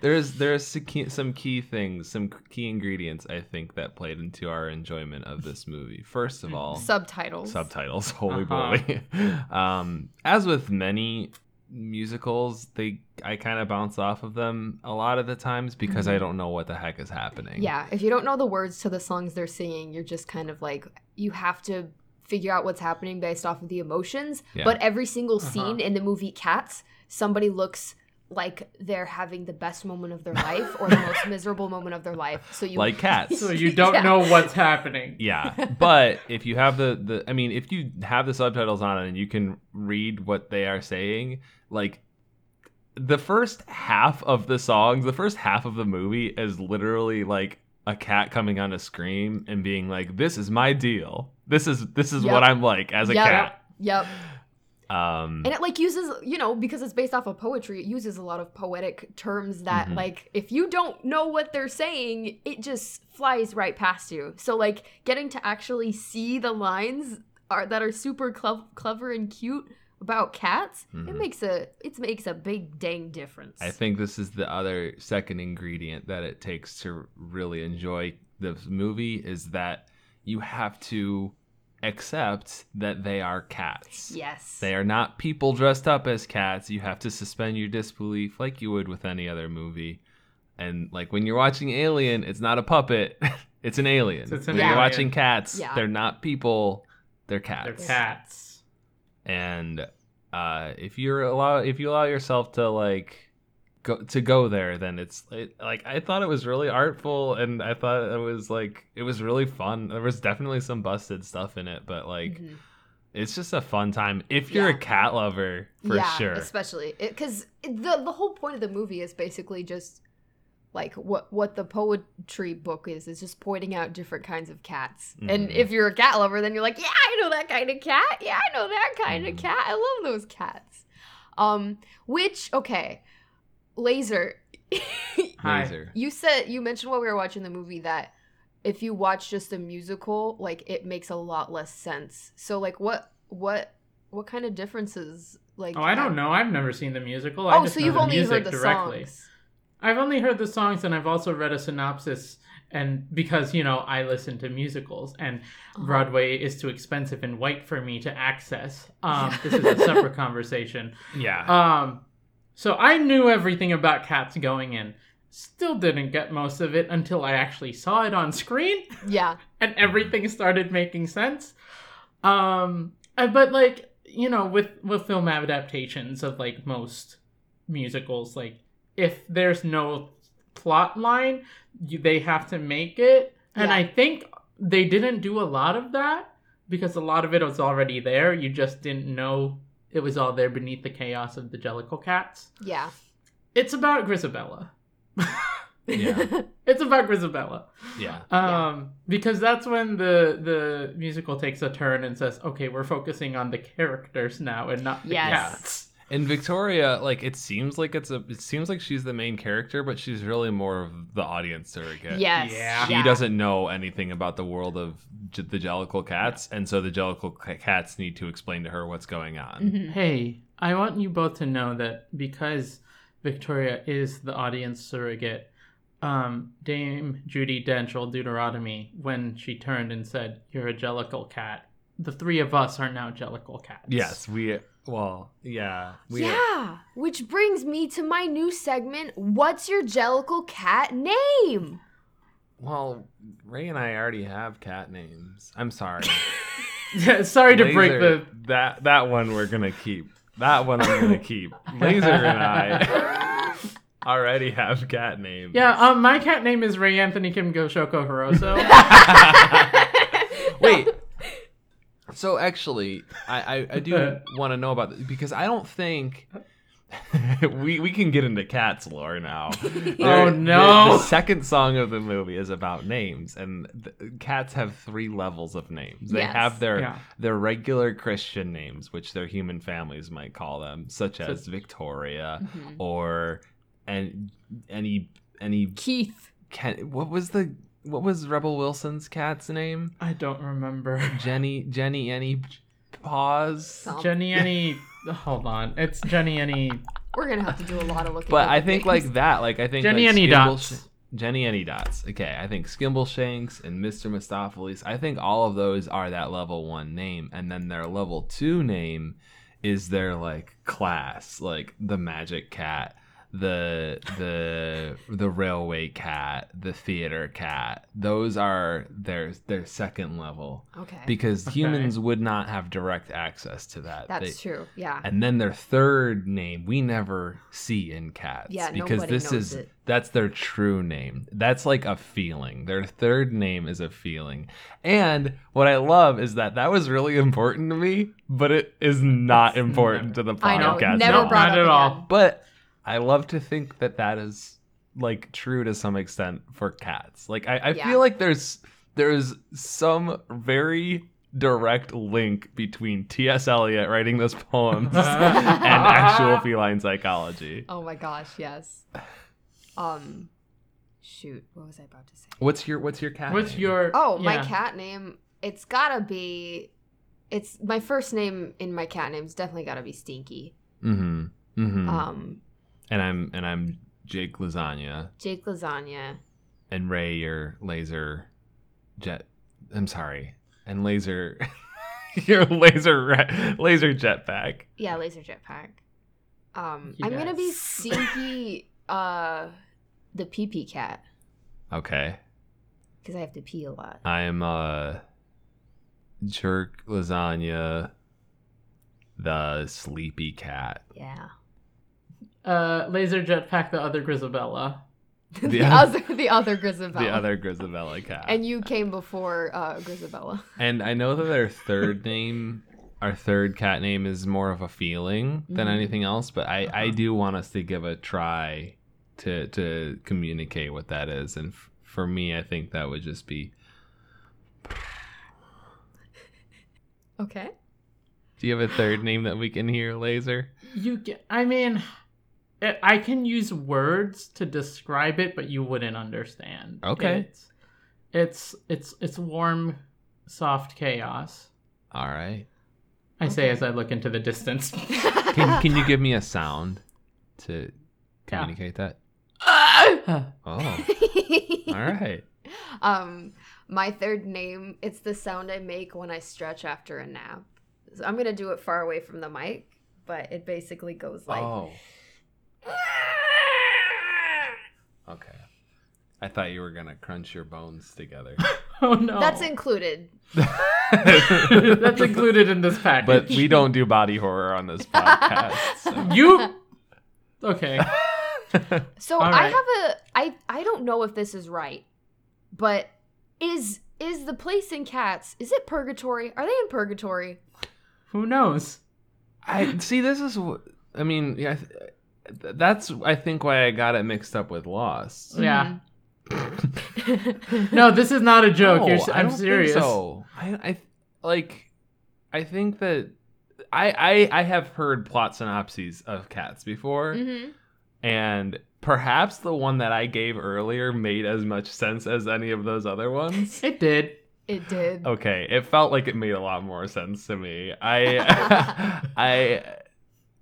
Speaker 4: There's there's some key, some key things, some key ingredients I think that played into our enjoyment of this movie. First of all,
Speaker 3: Subtitles.
Speaker 4: subtitles. Holy
Speaker 1: Uh-huh.
Speaker 4: boy! um, as with many musicals, they I kind of bounce off of them a lot of the times because I don't know what the heck is happening.
Speaker 3: Yeah, if you don't know the words to the songs they're singing, you're just kind of like you have to figure out what's happening based off of the emotions.
Speaker 4: Yeah.
Speaker 3: But every single
Speaker 1: Uh-huh.
Speaker 3: scene in the movie Cats, somebody looks like they're having the best moment of their life or the most miserable moment of their life. So you
Speaker 4: like cats.
Speaker 1: So you don't
Speaker 3: Yeah.
Speaker 1: know what's happening.
Speaker 4: Yeah, but if you have the the, I mean, if you have the subtitles on and you can read what they are saying, like the first half of the songs, the first half of the movie is literally like a cat coming on a scream and being like, "This is my deal. This is this is what
Speaker 3: Yep.
Speaker 4: I'm like as a
Speaker 3: Yep.
Speaker 4: cat."
Speaker 3: Yep.
Speaker 4: Um,
Speaker 3: And it like uses, you know, because it's based off of poetry, it uses a lot of poetic terms that
Speaker 4: Mhm.
Speaker 3: like if you don't know what they're saying, it just flies right past you. So like getting to actually see the lines are that are super clev- clever and cute about cats,
Speaker 4: Mhm.
Speaker 3: it makes a it makes a big dang difference.
Speaker 4: I think this is the other second ingredient that it takes to really enjoy the movie is that you have to accept that they are cats.
Speaker 3: yes.
Speaker 4: They are not people dressed up as cats. You have to suspend your disbelief like you would with any other movie. And like when you're watching Alien, it's not a puppet, it's an alien.
Speaker 1: It's an
Speaker 4: when
Speaker 3: alien.
Speaker 4: you're watching cats,
Speaker 3: Yeah.
Speaker 4: they're not people, they're
Speaker 1: They're
Speaker 4: cats
Speaker 1: cats.
Speaker 4: and uh, if you're allow if you allow yourself to like go to go there then it's it, like i thought it was really artful and i thought it was like it was really fun there was definitely some busted stuff in it but like
Speaker 3: Mhm.
Speaker 4: it's just a fun time if you're
Speaker 3: Yeah.
Speaker 4: a cat lover for
Speaker 3: yeah,
Speaker 4: sure
Speaker 3: Especially because the the whole point of the movie is basically just like what what the poetry book is is just pointing out different kinds of cats. And
Speaker 4: Mhm.
Speaker 3: if you're a cat lover, then you're like, yeah, I know that kind of cat. Yeah, I know that kind
Speaker 4: Mhm.
Speaker 3: of cat. I love those cats. Um, which okay, laser.
Speaker 1: Hi.
Speaker 4: Laser.
Speaker 3: You said you mentioned while we were watching the movie that if you watch just a musical, like it makes a lot less sense. So like what what what kind of differences like
Speaker 1: Oh, I
Speaker 3: have-
Speaker 1: don't know. I've never seen the musical. I
Speaker 3: Oh,
Speaker 1: just
Speaker 3: so
Speaker 1: know
Speaker 3: you've
Speaker 1: the
Speaker 3: only
Speaker 1: music
Speaker 3: heard the
Speaker 1: directly.
Speaker 3: songs.
Speaker 1: I've only heard the songs, and I've also read a synopsis. And because you know, I listen to musicals, and
Speaker 3: Uh-huh.
Speaker 1: Broadway is too expensive and white for me to access. Um,
Speaker 3: Yeah.
Speaker 1: this is a separate conversation.
Speaker 4: yeah
Speaker 1: Um, so I knew everything about cats going in. Still didn't get most of it until I actually saw it on screen,
Speaker 3: Uh-huh. Yeah.
Speaker 1: and everything started making sense. Um, uh, but like you know, with with film adaptations of like most musicals, like if there's no plot line, you, they have to make it, and
Speaker 3: Yeah.
Speaker 1: I think they didn't do a lot of that because a lot of it was already there. You just didn't know it was all there beneath the chaos of the Jellicle cats.
Speaker 3: Yeah.
Speaker 1: It's about Grisabella.
Speaker 4: Yeah.
Speaker 1: It's about Grisabella.
Speaker 4: yeah
Speaker 3: Yeah.
Speaker 1: Um, because that's when the the musical takes a turn and says, "Okay, we're focusing on the characters now and not the
Speaker 3: Yes.
Speaker 1: cats."
Speaker 4: and victoria like it seems like it's a it seems like she's the main character but she's really more of the audience surrogate
Speaker 3: yes.
Speaker 1: Yeah.
Speaker 4: she doesn't know anything about the world of j- the Jellicle cats, and so the Jellicle c- cats need to explain to her what's going on.
Speaker 1: Mm-hmm.
Speaker 3: Mhm.
Speaker 1: Hey, I want you both to know that because Victoria is the audience surrogate, um, Dame Judy Denchel Deuteronomy, when she turned and said, "You're a Jellicle cat," the three of us are now Jellicle cats.
Speaker 4: Yes, we. Well, yeah, we.
Speaker 3: yeah. Which brings me to my new segment What's your Jellicle cat name?
Speaker 4: Well, Ray and I already have cat names. I'm sorry.
Speaker 1: Sorry to break
Speaker 4: Laser,
Speaker 1: the.
Speaker 4: that that one we're gonna keep. That one I'm gonna keep. Laser and I already have cat names.
Speaker 1: Yeah, um, my cat name is Ray Anthony Kim Goshoko Hirose. uh, Mm-hmm.
Speaker 4: Wait. So actually, I I, I do want to know about this because I don't think we we can get into cats lore now.
Speaker 1: Oh,
Speaker 4: There-
Speaker 1: no.
Speaker 4: The, the second song of the movie is about names, and th cats have three levels of names. They
Speaker 3: Yes.
Speaker 4: have their
Speaker 1: Yeah.
Speaker 4: their regular Christian names, which their human families might call them, such
Speaker 1: So-
Speaker 4: as Victoria
Speaker 3: Mhm.
Speaker 4: or and any any
Speaker 3: Keith.
Speaker 4: can, what was the what was Rebel Wilson's cat's name?
Speaker 1: I don't remember.
Speaker 4: Jenny Jenny any paws.
Speaker 3: Some-
Speaker 1: Jenny Any. Hold on. It's Jenny Any.
Speaker 3: We're gonna have to do a lot of looking.
Speaker 4: But
Speaker 3: up
Speaker 4: I
Speaker 3: at
Speaker 4: think
Speaker 3: names.
Speaker 4: like that, like I think
Speaker 1: Jenny
Speaker 4: like,
Speaker 1: Any
Speaker 4: Skimble-
Speaker 1: Dots.
Speaker 4: Jenny Any Dots. Okay, I think Skimble Shanks and Mr. Mistopheles. I think all of those are that level one name, and then their level two name is their like class, like the Magic Cat, the the the Railway Cat, the Theater Cat. Those are their their second level
Speaker 3: okay,
Speaker 4: because
Speaker 1: Okay.
Speaker 4: humans would not have direct access to that. They-
Speaker 3: that's true. Yeah,
Speaker 4: and then their third name we never see in cats
Speaker 3: Yeah,
Speaker 4: because
Speaker 3: nobody
Speaker 4: this
Speaker 3: knows
Speaker 4: is
Speaker 3: it.
Speaker 4: that's their true name that's like a feeling their third name is a feeling and what i love is that that was really important to me but it is not
Speaker 1: It's
Speaker 4: important to the
Speaker 3: I
Speaker 4: podcast
Speaker 3: know.
Speaker 1: Podcast,
Speaker 3: never
Speaker 1: no.
Speaker 3: brought
Speaker 1: Not
Speaker 3: up
Speaker 1: at all.
Speaker 3: again.
Speaker 4: but i love to think that that is like true to some extent for cats like i, I
Speaker 3: Yeah.
Speaker 4: feel like there's there's some very direct link between ts eliot writing those poems
Speaker 1: uh,
Speaker 4: and actual feline psychology.
Speaker 3: Oh my gosh, yes. Um, shoot, what was I about to say?
Speaker 4: What's your what's your cat?
Speaker 1: What's
Speaker 4: name?
Speaker 1: your.
Speaker 3: Oh, my
Speaker 1: yeah.
Speaker 3: cat name. It's gotta be. It's my first name in my cat name's definitely gotta be Stinky.
Speaker 4: Mhm. Mhm.
Speaker 3: Um,
Speaker 4: and I'm and I'm Jake Lasagna
Speaker 3: Jake Lasagna.
Speaker 4: and Ray your laser jet I'm sorry. And laser your laser ra- laser jetpack.
Speaker 3: Yeah, laser jetpack. Um, I'm gonna be
Speaker 1: Yes.
Speaker 3: Stinky. Uh, the pee pee cat
Speaker 4: Okay.
Speaker 3: because I have to pee a lot.
Speaker 4: I'm uh jerk lasagna the sleepy cat.
Speaker 3: Yeah.
Speaker 1: Uh, laser jetpack, the other Grisabella.
Speaker 3: The,
Speaker 4: The oth-
Speaker 3: other, the other Grisabella.
Speaker 4: The other Grisabella cat.
Speaker 3: And you came before uh, Grisabella.
Speaker 4: And I know that our third name, our third cat name is more of a feeling than
Speaker 3: Mhm.
Speaker 4: anything else, but I, I
Speaker 1: Mm-hmm. Uh-huh.
Speaker 4: do want us to give a try to to communicate what that is. And f- for me, I think that would just be
Speaker 3: Okay.
Speaker 4: Do you have a third name that we can hear, Laser?
Speaker 1: You get. I mean, it, I can use words to describe it, but you wouldn't understand.
Speaker 4: Okay.
Speaker 1: It's it's it's, it's warm, soft chaos.
Speaker 4: All right.
Speaker 1: I say
Speaker 3: Okay.
Speaker 1: as I look into the distance.
Speaker 4: Can can you give me a sound to communicate that?
Speaker 1: Ah!
Speaker 4: Oh. All right.
Speaker 3: um, my third name, it's the sound I make when I stretch after a nap. So I'm gonna do it far away from the mic, but it basically goes like
Speaker 4: oh. Okay. I thought you were going to crunch your bones together.
Speaker 1: oh no.
Speaker 3: that's included.
Speaker 1: That's included in this package.
Speaker 4: but we don't do body horror on this podcast. so-
Speaker 1: You. Okay.
Speaker 3: So
Speaker 1: All
Speaker 3: I
Speaker 1: right.
Speaker 3: have a I I don't know if this is right, but is is the place in cats? Is it purgatory? Are they in purgatory?
Speaker 1: Who knows?
Speaker 4: I see. This is. wh- I mean, yeah. I th- th- That's I think why I got it mixed up with
Speaker 3: Hmm.
Speaker 4: Lost.
Speaker 1: Yeah.
Speaker 3: Mhm.
Speaker 1: No, this is not a joke. You're, s-
Speaker 4: No, I
Speaker 1: I'm
Speaker 4: don't think
Speaker 1: serious.
Speaker 4: so I, I like. I think that I, I I have heard plot synopses of cats before,
Speaker 1: Mm.
Speaker 3: Mhm.
Speaker 4: and perhaps the one that I gave earlier made as much sense as any of those other ones.
Speaker 1: It did.
Speaker 3: It did.
Speaker 4: Okay, it felt like it made a lot more sense to me. I, I,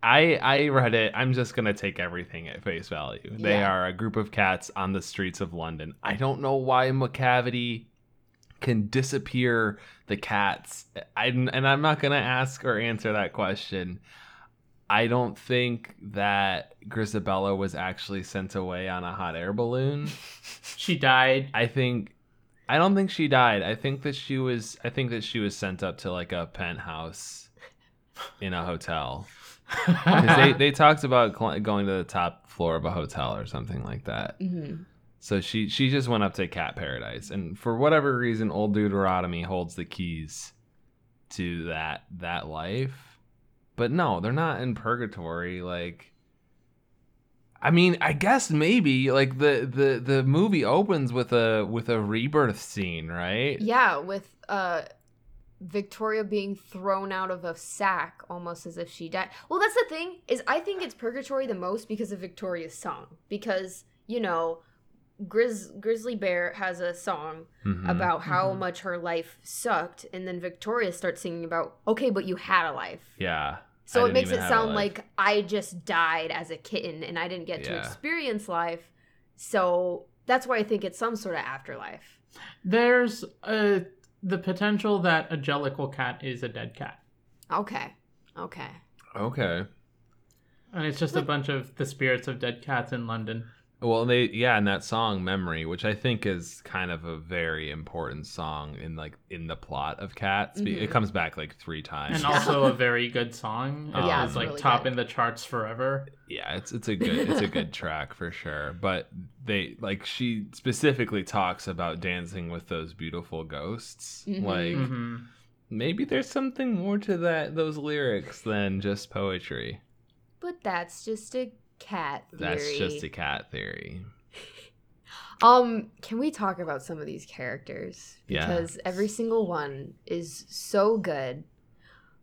Speaker 4: I, I read it. I'm just gonna take everything at face value. They
Speaker 3: Yeah.
Speaker 4: are a group of cats on the streets of London. I don't know why McCavity can disappear the cats. I, and I'm not gonna ask or answer that question. I don't think that Grisabella was actually sent away on a hot air balloon.
Speaker 1: She died.
Speaker 4: I think I don't think she died. I think that she was I think that she was sent up to like a penthouse in a hotel. 'Cause they, they talked about cl- going to the top floor of a hotel or something like that.
Speaker 3: Mhm.
Speaker 4: So she she just went up to cat paradise and for whatever reason old Deuteronomy holds the keys to that that life. But no, they're not in purgatory like I mean, I guess maybe like the the the movie opens with a with a rebirth scene, right?
Speaker 3: Yeah, with uh Victoria being thrown out of a sack almost as if she died. Well, that's the thing is I think it's purgatory the most because of Victoria's song because, you know, Grizz Grizzly Bear has a song
Speaker 4: Mhm.
Speaker 3: about how
Speaker 1: Mhm.
Speaker 3: much her life sucked and then Victoria starts singing about, "Okay, but you had a life."
Speaker 4: yeah.
Speaker 3: So
Speaker 4: I
Speaker 3: it
Speaker 4: didn't
Speaker 3: makes
Speaker 4: even
Speaker 3: it
Speaker 4: have a
Speaker 3: sound
Speaker 4: life.
Speaker 3: like I just died as a kitten and I didn't get to
Speaker 4: Yeah.
Speaker 3: experience life. So that's why I think it's some sort of afterlife.
Speaker 1: There's uh the potential that a jellicle cat is a dead cat.
Speaker 3: Okay. Okay.
Speaker 4: okay.
Speaker 1: And it's just a bunch of the spirits of dead cats in London.
Speaker 4: Well, they yeah, and that song "Memory," which I think is kind of a very important song in like in the plot of Cats. be- It
Speaker 3: Mhm.
Speaker 4: comes back like three times.
Speaker 1: And also a very good song. It
Speaker 4: Yeah,
Speaker 1: was,
Speaker 4: it's
Speaker 1: like
Speaker 3: really
Speaker 1: top
Speaker 3: good.
Speaker 1: in the charts forever.
Speaker 4: yeah, it's it's a good it's a good track for sure. But they like she specifically talks about dancing with those beautiful ghosts.
Speaker 3: Mhm.
Speaker 4: Like
Speaker 1: hmm
Speaker 4: maybe there's something more to that those lyrics than just poetry.
Speaker 3: But that's just a cat theory.
Speaker 4: That's just a cat theory.
Speaker 3: Um, can we talk about some of these characters?
Speaker 4: Yeah.
Speaker 3: Because every single one is so good.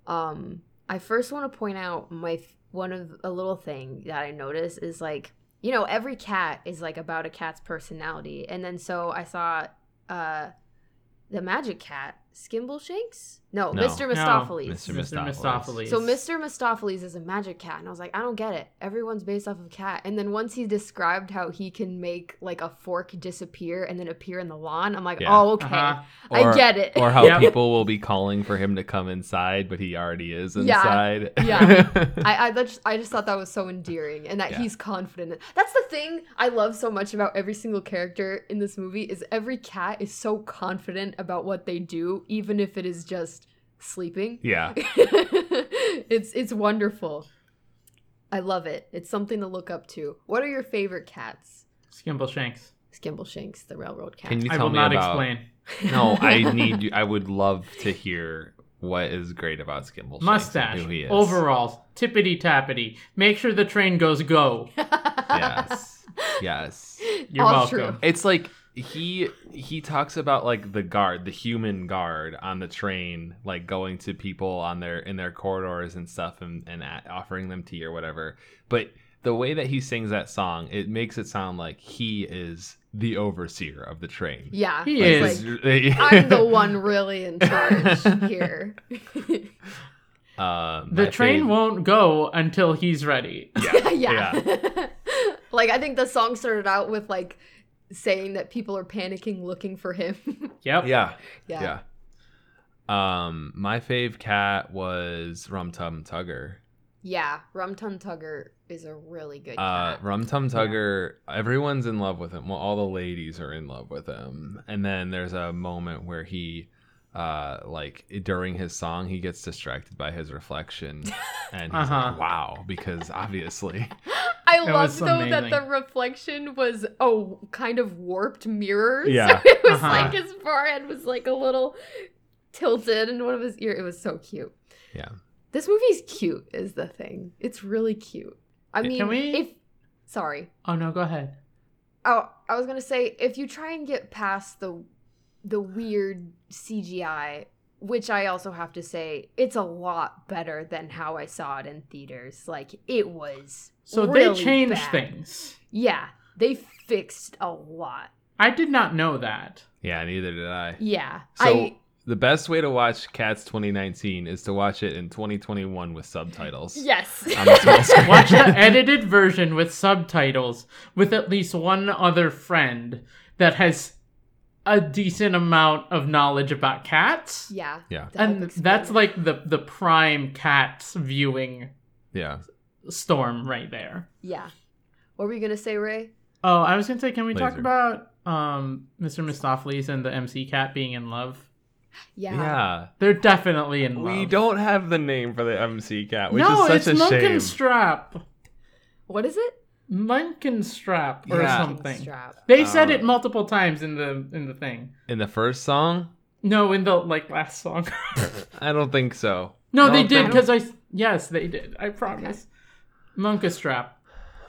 Speaker 3: Um, I first want to point out my f- one of a little thing that I noticed is like, you know, every cat is like about a cat's personality. And then so I saw uh the magic cat, Skimble Shanks? No,
Speaker 4: No.
Speaker 3: Mr.
Speaker 1: No.
Speaker 3: Mistopheles.
Speaker 1: Mr.
Speaker 4: Mr. Mistopheles.
Speaker 1: Mistopheles.
Speaker 3: So Mr. Mistopheles is a magic cat, and I was like, I don't get it. Everyone's based off of cat. And then once he described how he can make like a fork disappear and then appear in the lawn, I'm like,
Speaker 4: Yeah.
Speaker 3: oh okay,
Speaker 1: Uh-huh.
Speaker 3: I get it.
Speaker 4: Or how
Speaker 1: Yeah.
Speaker 4: people will be calling for him to come inside, but he already is
Speaker 3: Yeah.
Speaker 4: inside.
Speaker 3: Yeah. I I just, I just thought that was so endearing, and that
Speaker 4: Yeah.
Speaker 3: he's confident. That's the thing I love so much about every single character in this movie is every cat is so confident about what they do, even if it is just sleeping.
Speaker 4: yeah.
Speaker 3: it's it's wonderful. I love it. It's something to look up to. What are your favorite cats?
Speaker 1: Skimble Shanks.
Speaker 3: Skimble Shanks, the railroad cat.
Speaker 4: Can you
Speaker 1: I
Speaker 4: tell
Speaker 1: will
Speaker 4: me
Speaker 1: not
Speaker 4: about?
Speaker 1: explain.
Speaker 4: No, I need. you I would love to hear what is great about Skimble. Shanks and
Speaker 1: Mustache,
Speaker 4: who he is.
Speaker 1: overalls, tippity tappity. Make sure the train goes go.
Speaker 4: Yes. Yes.
Speaker 1: You're
Speaker 3: All
Speaker 1: welcome.
Speaker 3: true.
Speaker 4: It's like he he talks about like the guard, the human guard on the train, like going to people on their in their corridors and stuff, and and a offering them tea or whatever. But the way that he sings that song, it makes it sound like he is the overseer of the train.
Speaker 3: Yeah.
Speaker 1: He
Speaker 3: it's
Speaker 1: is.
Speaker 3: Like, I'm the one really in charge here.
Speaker 4: Um,
Speaker 1: The
Speaker 4: my
Speaker 1: train
Speaker 4: fav-
Speaker 1: won't go until he's ready.
Speaker 3: yeah. like I think the song started out with like saying that people are panicking looking for him.
Speaker 1: Yep.
Speaker 4: Yeah,
Speaker 3: yeah.
Speaker 4: yeah. Um, my fave cat was Rum Tum Tugger.
Speaker 3: Yeah. Rum Tum Tugger is a really good
Speaker 4: Uh,
Speaker 3: cat.
Speaker 4: Rum Tum Tugger, everyone's in love with him. Well, all the ladies are in love with him. And then there's a moment where he, uh, like during his song, he gets distracted by his reflection, and he's
Speaker 1: Uh-huh.
Speaker 4: like, "Wow!" Because obviously,
Speaker 3: I
Speaker 1: It
Speaker 3: loved
Speaker 1: was
Speaker 3: though that
Speaker 1: amazing.
Speaker 3: the reflection was a kind of warped mirror.
Speaker 4: Yeah.
Speaker 3: So it was
Speaker 1: Uh-huh.
Speaker 3: like his forehead was like a little tilted and one of his ear. It was so cute.
Speaker 4: Yeah.
Speaker 3: This movie's cute is the thing. It's really cute. I
Speaker 4: Can
Speaker 3: mean
Speaker 1: we-
Speaker 3: if sorry.
Speaker 1: Oh no, go ahead.
Speaker 3: Oh, I was gonna say if you try and get past the the weird CGI, which I also have to say, it's a lot better than how I saw it in theaters. Like it was.
Speaker 1: So
Speaker 3: really
Speaker 1: they changed
Speaker 3: bad.
Speaker 1: things.
Speaker 3: Yeah, they fixed a lot.
Speaker 1: I did not know that.
Speaker 4: yeah, neither did I.
Speaker 3: Yeah,
Speaker 4: So
Speaker 3: I
Speaker 4: the best way to watch Cats 2019 is to watch it in 2021 with subtitles.
Speaker 3: yes.
Speaker 4: On the small screen.
Speaker 1: Watch the edited version with subtitles with at least one other friend that has a decent amount of knowledge about cats.
Speaker 3: yeah.
Speaker 4: Yeah.
Speaker 3: to help
Speaker 1: And
Speaker 3: explain
Speaker 1: that's
Speaker 3: it.
Speaker 1: like the the prime cats viewing
Speaker 4: Yeah.
Speaker 1: storm right there.
Speaker 3: yeah. What were you gonna say, Ray?
Speaker 1: Oh, I was gonna say, can we talk
Speaker 4: Laser.
Speaker 1: about um, Mr. Mistopheles and the MC Cat being in love?
Speaker 3: Yeah.
Speaker 4: Yeah.
Speaker 1: They're definitely in love.
Speaker 4: We don't have the name for the MC cat, which
Speaker 1: no,
Speaker 4: is such
Speaker 1: it's
Speaker 4: a shame.
Speaker 1: Munkenstrap.
Speaker 3: What is it?
Speaker 1: Munkenstrap or
Speaker 4: Yeah.
Speaker 1: something.
Speaker 3: Strap.
Speaker 1: They said
Speaker 4: Um,
Speaker 1: it multiple times in the in the thing.
Speaker 4: In the first song?
Speaker 1: No, in the like last song.
Speaker 4: I don't think so.
Speaker 1: no,
Speaker 4: No,
Speaker 1: they did
Speaker 4: they-
Speaker 1: because I yes they did. I promise. Munkenstrap.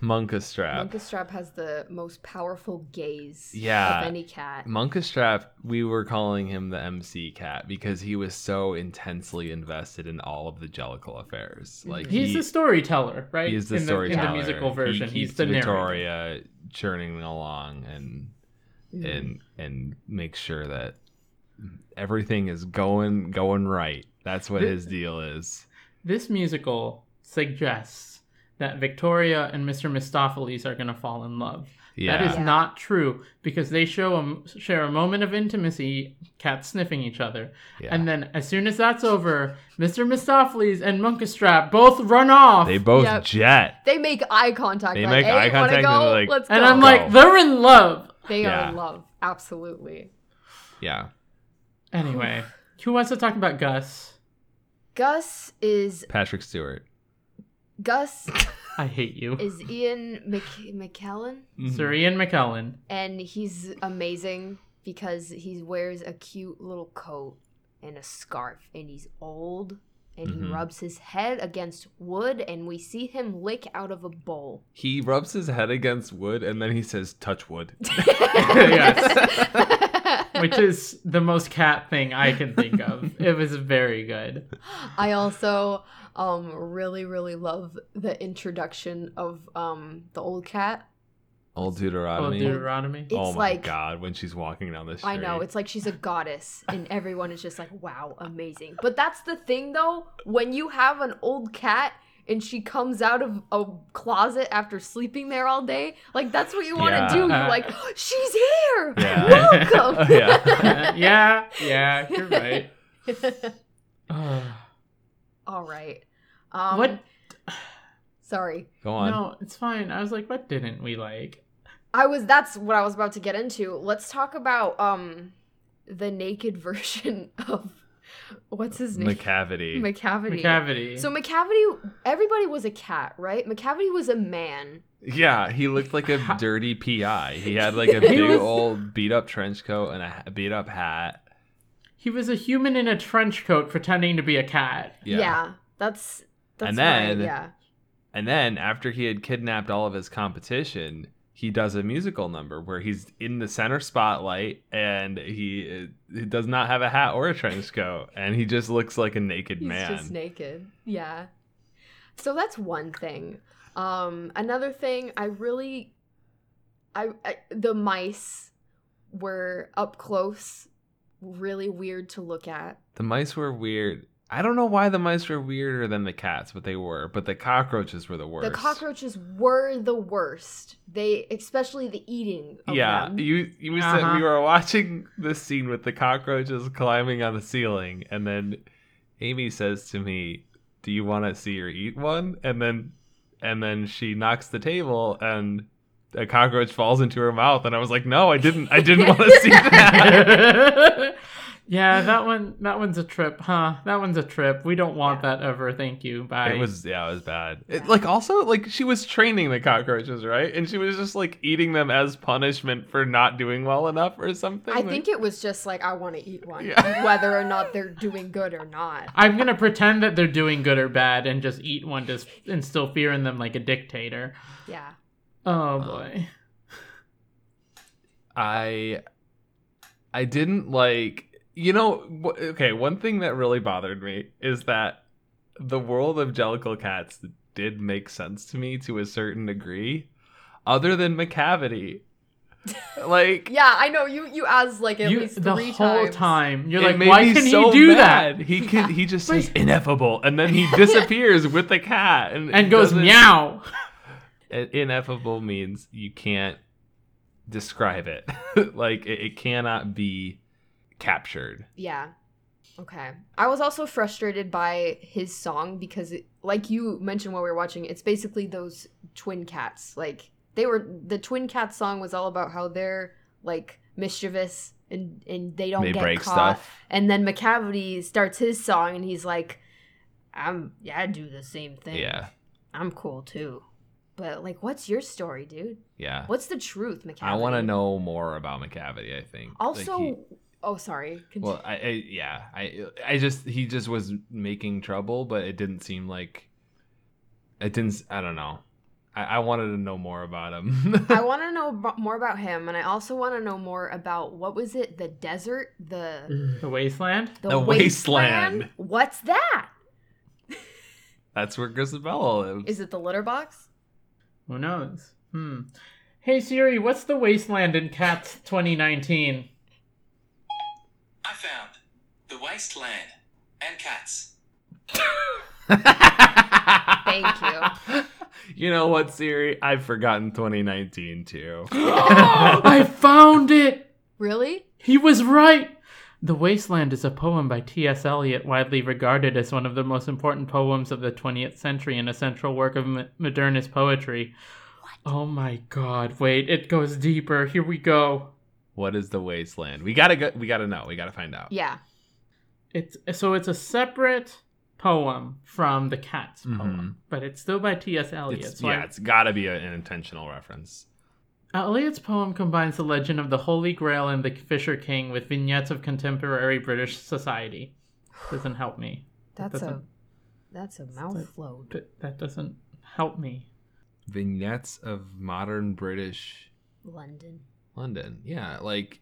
Speaker 4: Munkastrap.
Speaker 3: Monkastrap has the most powerful gaze
Speaker 4: Yeah.
Speaker 3: of any cat.
Speaker 4: Munkastrap, we were calling him the MC cat because he was so intensely invested in all of the Jellicle affairs. Like
Speaker 1: He's
Speaker 4: he,
Speaker 1: the storyteller, right?
Speaker 4: he is the
Speaker 1: in the,
Speaker 4: storyteller.
Speaker 1: In the musical
Speaker 4: He
Speaker 1: version, he's
Speaker 4: keeps
Speaker 1: the narrator.
Speaker 4: Victoria churning along and
Speaker 3: Mm.
Speaker 4: and and make sure that everything is going going right. That's what
Speaker 1: Thi-
Speaker 4: his deal is.
Speaker 1: This musical suggests that Victoria and Mr. Mistopheles are going to fall in love. That is
Speaker 4: Yeah.
Speaker 3: Yeah.
Speaker 1: not true because they show a, share a moment of intimacy, cats sniffing each other,
Speaker 4: yeah.
Speaker 1: and then as soon as that's over, Mr. Mistopheles and Munkastrap both run off.
Speaker 4: they both
Speaker 3: Yep.
Speaker 4: jet.
Speaker 3: They make eye contact.
Speaker 4: They
Speaker 3: like,
Speaker 4: make
Speaker 3: hey,
Speaker 4: eye
Speaker 3: wanna
Speaker 4: contact and
Speaker 3: Go?
Speaker 4: they're like-
Speaker 3: Let's
Speaker 1: and
Speaker 3: go.
Speaker 1: I'm like,
Speaker 4: Go.
Speaker 1: they're in love.
Speaker 3: they
Speaker 4: Yeah.
Speaker 3: are in love. Absolutely.
Speaker 4: Yeah.
Speaker 1: Anyway, who wants to talk about Gus?
Speaker 3: Gus is
Speaker 4: Patrick Stewart.
Speaker 3: Gus
Speaker 1: I hate you.
Speaker 3: is Ian Mc- McKellen,
Speaker 4: Mm-hmm.
Speaker 1: Sir Ian McKellen.
Speaker 3: and he's amazing because he wears a cute little coat and a scarf, and he's old, and
Speaker 4: Mhm.
Speaker 1: Mm-hmm.
Speaker 3: he rubs his head against wood, and we see him lick out of a bowl.
Speaker 4: He rubs his head against wood and then he says, touch wood.
Speaker 1: Yes. Which is the most cat thing I can think of. it was very good.
Speaker 3: I also um really really love the introduction of um the old cat.
Speaker 4: Old
Speaker 1: Oh,
Speaker 4: Deuteronomy.
Speaker 1: Deuteronomy.
Speaker 3: It-
Speaker 4: oh
Speaker 3: It's
Speaker 4: my
Speaker 3: like-
Speaker 4: god, when she's walking down the street.
Speaker 3: I know it's like she's a goddess and everyone is just like wow, amazing. But that's the thing though, when you have an old cat and she comes out of a closet after sleeping there all day, like that's what you want to
Speaker 4: Yeah. Uh,
Speaker 3: do. You're like, "She's here."
Speaker 4: Yeah.
Speaker 3: Welcome.
Speaker 4: Yeah.
Speaker 1: yeah, yeah, you're right. Ugh.
Speaker 3: all right. Um
Speaker 1: What-
Speaker 3: Sorry.
Speaker 4: Go on.
Speaker 1: no, it's fine. I was like, what didn't we like?
Speaker 3: I was that's what I was about to get into. Let's talk about um the naked version of what's his name?
Speaker 4: McCavity.
Speaker 3: McCavity.
Speaker 1: McCavity.
Speaker 3: So McCavity everybody was a cat, right? McCavity was a man.
Speaker 4: yeah, he looked like a dirty PI. He had like a
Speaker 1: He
Speaker 4: big
Speaker 1: was-
Speaker 4: old beat up trench coat and a ha- beat up hat.
Speaker 1: he was a human in a trench coat pretending to be a cat.
Speaker 4: Yeah.
Speaker 3: that's that's
Speaker 4: And then-
Speaker 3: right, yeah.
Speaker 4: And then after he had kidnapped all of his competition, he does a musical number where he's in the center spotlight and he, uh, he does not have a hat or a trench coat and he just looks like a naked
Speaker 3: He's
Speaker 4: man.
Speaker 3: just naked. Yeah. So that's one thing. Um another thing I really I, I the mice were up close really weird to look at.
Speaker 4: The mice were weird. I don't know why the mice were weirder than the cats, but they were. But the cockroaches were the worst.
Speaker 3: The cockroaches were the worst. They, especially the eating. Of
Speaker 4: Yeah,
Speaker 3: them.
Speaker 4: you you said
Speaker 1: Uh-huh.
Speaker 4: we were watching this scene with the cockroaches climbing on the ceiling, and then Amy says to me, "Do you want to see her eat one?" And then and then she knocks the table, and a cockroach falls into her mouth, and I was like, "No, I didn't. I didn't want to see that."
Speaker 1: yeah, that one that one's a trip, huh? That one's a trip. We don't want that ever. Thank you. Bye.
Speaker 4: It was yeah, it was bad. It, like also like she was training the cockroaches, right? And she was just like eating them as punishment for not doing well enough or something.
Speaker 3: I
Speaker 4: like-
Speaker 3: think it was just like I want to eat one,
Speaker 4: Yeah.
Speaker 3: whether or not they're doing good or not.
Speaker 1: I'm gonna pretend that they're doing good or bad and just eat one to s- instill fear in them like a dictator.
Speaker 3: Yeah. Uh,
Speaker 1: Oh boy.
Speaker 4: I I didn't like you know wh- okay one thing that really bothered me is that the world of Jellicle cats did make sense to me to a certain degree other than McCavity like
Speaker 3: Yeah, I know you. You asked like at
Speaker 1: You-
Speaker 3: least
Speaker 1: the
Speaker 3: three
Speaker 1: whole
Speaker 3: times.
Speaker 1: time you're
Speaker 4: it
Speaker 1: like,
Speaker 4: made
Speaker 1: why
Speaker 4: me
Speaker 1: can
Speaker 4: so
Speaker 1: he do
Speaker 4: mad.
Speaker 1: that?
Speaker 4: he can he just
Speaker 1: Like-
Speaker 4: says ineffable and then he disappears with the cat and,
Speaker 1: And goes
Speaker 4: doesn't-
Speaker 1: meow.
Speaker 4: Uh, ineffable means you can't describe it like it, it cannot be captured
Speaker 3: Yeah. Okay. I was also frustrated by his song because, it, like you mentioned while we were watching, it's basically those twin cats. Like they were the twin cat song was all about how they're like mischievous and and they don't
Speaker 4: they
Speaker 3: get
Speaker 4: break
Speaker 3: caught.
Speaker 4: stuff
Speaker 3: And then McCavity starts his song and he's like, I'm yeah, I do the same thing.
Speaker 4: yeah
Speaker 3: I'm cool too. But like what's your story, dude?
Speaker 4: yeah
Speaker 3: What's the truth, McCavity?
Speaker 4: i want to know more about mcavity i think Like,
Speaker 3: Also
Speaker 4: he-
Speaker 3: Oh sorry. Continue.
Speaker 4: well I, I yeah i i just he just was making trouble but it didn't seem like it didn't s- i don't know I, I wanted to know more about him.
Speaker 3: I want to know b- more about him, and I also want to know more about what was it? The desert, the
Speaker 1: The wasteland.
Speaker 3: the,
Speaker 4: The
Speaker 3: wasteland?
Speaker 4: wasteland.
Speaker 3: What's that?
Speaker 4: That's where Grisabella lives.
Speaker 3: Is it the litter box?
Speaker 1: Who knows? Hmm. Hey Siri, what's the wasteland in Cats 2019?
Speaker 7: I found the wasteland and cats.
Speaker 3: Thank
Speaker 4: you. You know what, Siri? I've forgotten 2019 too.
Speaker 1: I found it.
Speaker 3: Really?
Speaker 1: He was right. The Wasteland is a poem by T.S. Eliot, widely regarded as one of the most important poems of the 20th century and a central work of mo- modernist poetry. Oh my god, wait, it goes deeper. Here we go.
Speaker 4: What is the wasteland? We gotta go. We gotta know. We gotta find out.
Speaker 3: Yeah.
Speaker 1: It's so it's a separate poem from the cat's poem, but it's still by T.S. Eliot.
Speaker 4: It's,
Speaker 1: so
Speaker 4: yeah,
Speaker 1: I-
Speaker 4: it's gotta be a- an intentional reference.
Speaker 1: Eliot's poem combines the legend of the Holy Grail and the Fisher King with vignettes of contemporary British society. Doesn't help me.
Speaker 3: That's
Speaker 1: That's
Speaker 3: a
Speaker 1: a-
Speaker 3: that's a mouthful.
Speaker 1: Th- that doesn't help me.
Speaker 4: Vignettes of modern British
Speaker 3: London.
Speaker 4: London. Yeah, like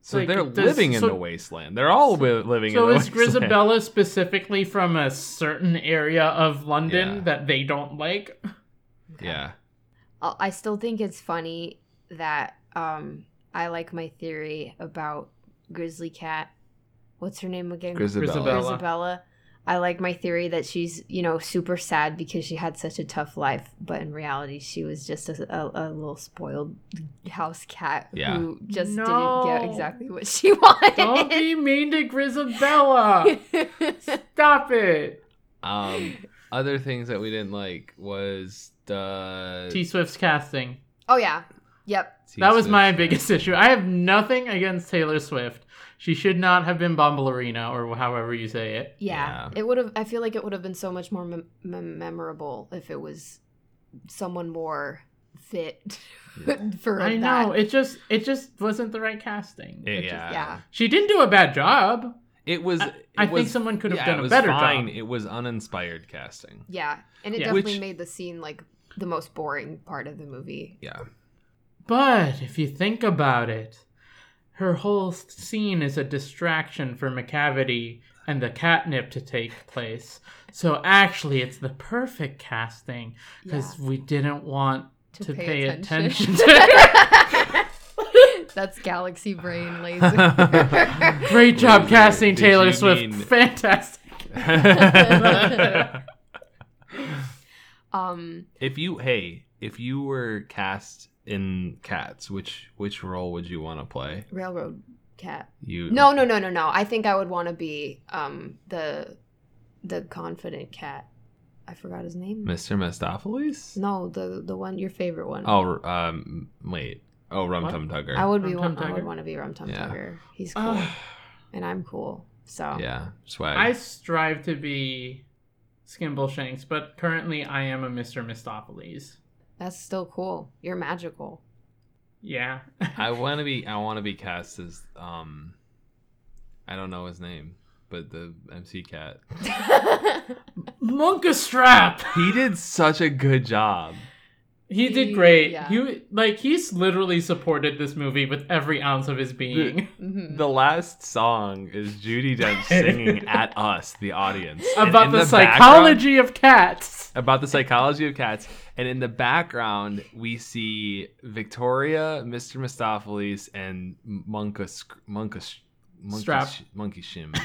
Speaker 4: so
Speaker 1: Like,
Speaker 4: they're
Speaker 1: does-
Speaker 4: living in
Speaker 1: so-
Speaker 4: the wasteland. They're all wi- living
Speaker 1: So
Speaker 4: in the
Speaker 1: is
Speaker 4: wasteland.
Speaker 1: Grisabella specifically from a certain area of London
Speaker 4: Yeah.
Speaker 1: that they don't like?
Speaker 4: Yeah.
Speaker 3: Uh, I I still think it's funny that um I like my theory about Grizzly Cat. What's her name again?
Speaker 1: Grisabella.
Speaker 3: Isabella. I like my theory that she's, you know, super sad because she had such a tough life, but in reality, she was just a, a, a little spoiled house cat
Speaker 4: Yeah.
Speaker 3: who just
Speaker 1: No.
Speaker 3: didn't get exactly what she
Speaker 1: Don't
Speaker 3: wanted.
Speaker 1: be mean to Grisabella. Stop it.
Speaker 4: Um, other things that we uh, didn't like was the
Speaker 1: T Swift's casting.
Speaker 3: oh yeah, yep.
Speaker 4: T
Speaker 1: that was
Speaker 4: Swift
Speaker 1: my
Speaker 4: guy.
Speaker 1: biggest issue. I have nothing against Taylor Swift. She should not have been Bombalina or however you say it.
Speaker 3: Yeah,
Speaker 4: Yeah.
Speaker 3: it would have. I feel like it would have been so much more mem- mem- memorable if it was someone more fit for
Speaker 1: I
Speaker 3: that.
Speaker 1: know. It just it just wasn't the right casting. It
Speaker 4: It-
Speaker 1: just-
Speaker 4: yeah.
Speaker 3: yeah.
Speaker 1: she didn't do a bad job.
Speaker 4: It was.
Speaker 1: I-
Speaker 4: it
Speaker 1: I think
Speaker 4: was-
Speaker 1: someone could have
Speaker 4: yeah,
Speaker 1: done
Speaker 4: it
Speaker 1: a
Speaker 4: was
Speaker 1: better
Speaker 4: fine.
Speaker 1: job.
Speaker 4: It was uninspired casting.
Speaker 3: Yeah, and it
Speaker 1: Yeah.
Speaker 3: definitely
Speaker 4: Which-
Speaker 3: made the scene like the most boring part of the movie.
Speaker 4: Yeah.
Speaker 1: But if you think about it, her whole s- scene is a distraction for McCavity and the catnip to take place. So actually, it's the perfect casting because we didn't want to, pay, attention.
Speaker 3: That's galaxy brain laser.
Speaker 4: laser.
Speaker 1: Great job
Speaker 4: Did you-
Speaker 1: casting
Speaker 4: did
Speaker 1: Taylor
Speaker 4: you
Speaker 1: Swift.
Speaker 4: mean-
Speaker 1: Fantastic.
Speaker 3: um,
Speaker 4: if you, hey, if you were cast in Cats, which which role would you want to play?
Speaker 3: railroad cat.
Speaker 4: You
Speaker 3: No, no, no, no, no. I think I would want to be um the the confident cat. I forgot his name.
Speaker 4: Mr. Mistopheles?
Speaker 3: No, the the one your favorite one.
Speaker 4: Oh, um, wait. Oh, Rum
Speaker 1: What?
Speaker 4: Tum Tugger.
Speaker 3: I would be
Speaker 1: Rum Tum
Speaker 3: one. I would
Speaker 1: Tugger?
Speaker 3: want to be Rum Tum
Speaker 4: Yeah.
Speaker 3: Tugger. He's cool,
Speaker 1: Ugh.
Speaker 3: and I'm cool. So
Speaker 4: yeah, swag.
Speaker 1: I strive to be Skimble Shanks, but currently I am a Mr. Mistopheles.
Speaker 3: that's still cool. You're magical.
Speaker 1: Yeah.
Speaker 4: I want to be. I want to be cast as. Um, I don't know his name, but the MC Cat.
Speaker 3: Mm-hmm.
Speaker 1: Monka Strap!
Speaker 4: He did such a good job.
Speaker 1: He
Speaker 3: He-
Speaker 1: did great.
Speaker 3: yeah.
Speaker 1: He like he's literally supported this movie with every ounce of his being.
Speaker 3: Mhm.
Speaker 4: The last song is Judy Dench singing at us, the audience, And
Speaker 1: About
Speaker 4: in
Speaker 1: the,
Speaker 4: background-
Speaker 1: psychology of cats.
Speaker 4: about the psychology of cats. And in the background, we see Victoria, Mr. Mistopheles, and Monka Sc- Monka Sh- Monkey
Speaker 1: Strap.
Speaker 4: Sh- Monkey Shim.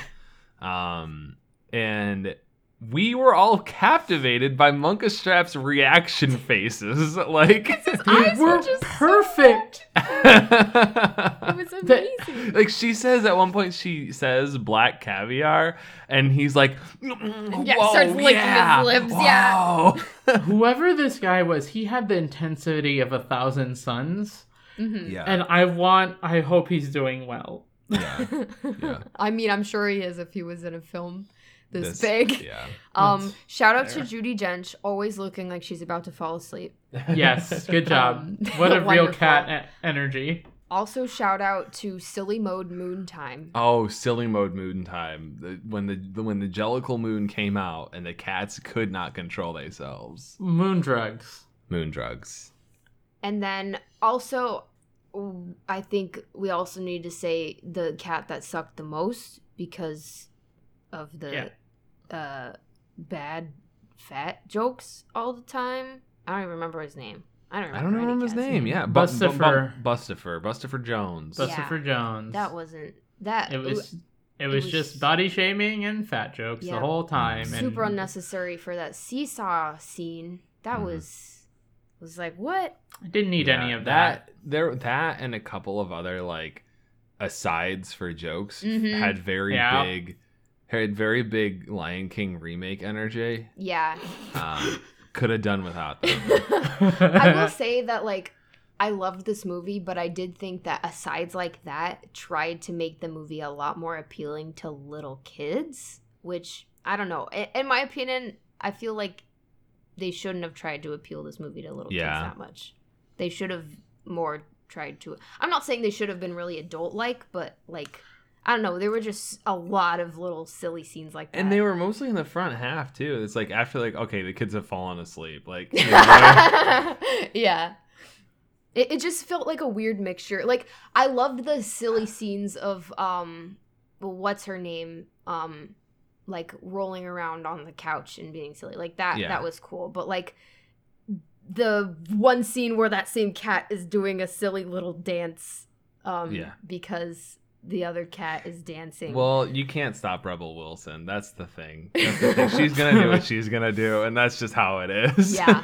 Speaker 4: Um, and we were all captivated by Monka Strap's reaction faces. Like,
Speaker 1: They
Speaker 3: eyes were
Speaker 1: were
Speaker 3: just so
Speaker 1: perfect.
Speaker 3: It was
Speaker 1: The-
Speaker 3: amazing.
Speaker 4: like she says at one point she says black caviar and he's like
Speaker 3: Yeah, starts licking his lips, yeah.
Speaker 4: yeah
Speaker 1: Whoever this guy was, he had the intensity of a thousand suns.
Speaker 3: Mhm.
Speaker 4: yeah
Speaker 1: And I want I hope he's doing well.
Speaker 4: yeah, Yeah.
Speaker 3: I mean, I'm sure he is if he was in a film this,
Speaker 4: This-
Speaker 3: big.
Speaker 4: yeah.
Speaker 3: Um,
Speaker 1: That's
Speaker 3: shout out to
Speaker 1: fair.
Speaker 3: Judy Dench, always looking like she's about to fall asleep.
Speaker 1: Yes, good job.
Speaker 3: Um,
Speaker 1: what a real
Speaker 3: wonderful.
Speaker 1: cat e- energy.
Speaker 3: Also, shout out to Silly Mode Moon Time.
Speaker 4: Oh, silly mode moon time. The- When the the- when the Jellicle moon came out and the cats could not control themselves.
Speaker 1: Moon drugs.
Speaker 4: moon drugs.
Speaker 3: And then also, w- I think we also need to say the cat that sucked the most because of the uh, bad fat jokes all the time. I don't even remember his name. I don't.
Speaker 4: I
Speaker 3: Remember
Speaker 4: don't
Speaker 3: any
Speaker 4: remember his
Speaker 3: cat's
Speaker 4: name. Yeah,
Speaker 1: Bustifer.
Speaker 4: Bustifer. Bustifer Jones.
Speaker 3: Bus-
Speaker 1: Buster for Jones.
Speaker 3: That wasn't that.
Speaker 1: it was it was
Speaker 3: was-
Speaker 1: just body shaming and fat jokes
Speaker 3: Yeah.
Speaker 1: the whole time. and-
Speaker 3: super unnecessary for that seesaw scene. That
Speaker 4: Mhm.
Speaker 3: was was like what?
Speaker 1: I didn't need
Speaker 4: Yeah,
Speaker 1: any of that.
Speaker 4: There, that and a couple of other like asides for jokes
Speaker 3: Mhm.
Speaker 4: had very
Speaker 1: Yeah.
Speaker 4: big, had very big Lion King remake energy.
Speaker 3: Yeah.
Speaker 4: Um, could have done without them.
Speaker 3: I will say that like I loved this movie, but I did think that asides like that tried to make the movie a lot more appealing to little kids, which I don't know. I- In my opinion, I feel like they shouldn't have tried to appeal this movie to little
Speaker 4: Yeah.
Speaker 3: kids that much. They should have more tried to. I'm not saying they should have been really adult like, but like I don't know. There were just a lot of little silly scenes like that.
Speaker 4: And they were mostly in the front half too. It's like after like okay, the kids have fallen asleep. Like you know,
Speaker 3: yeah. It, it just felt like a weird mixture. Like I loved the silly scenes of um well, what's her name? Um like rolling around on the couch and being silly. Like that
Speaker 4: Yeah.
Speaker 3: that was cool. But like the one scene where that same cat is doing a silly little dance um
Speaker 4: Yeah.
Speaker 3: because the other cat is dancing.
Speaker 4: well, you can't stop Rebel Wilson. That's the thing. That's the thing. She's gonna do what she's gonna do, and that's just how it is.
Speaker 3: Yeah.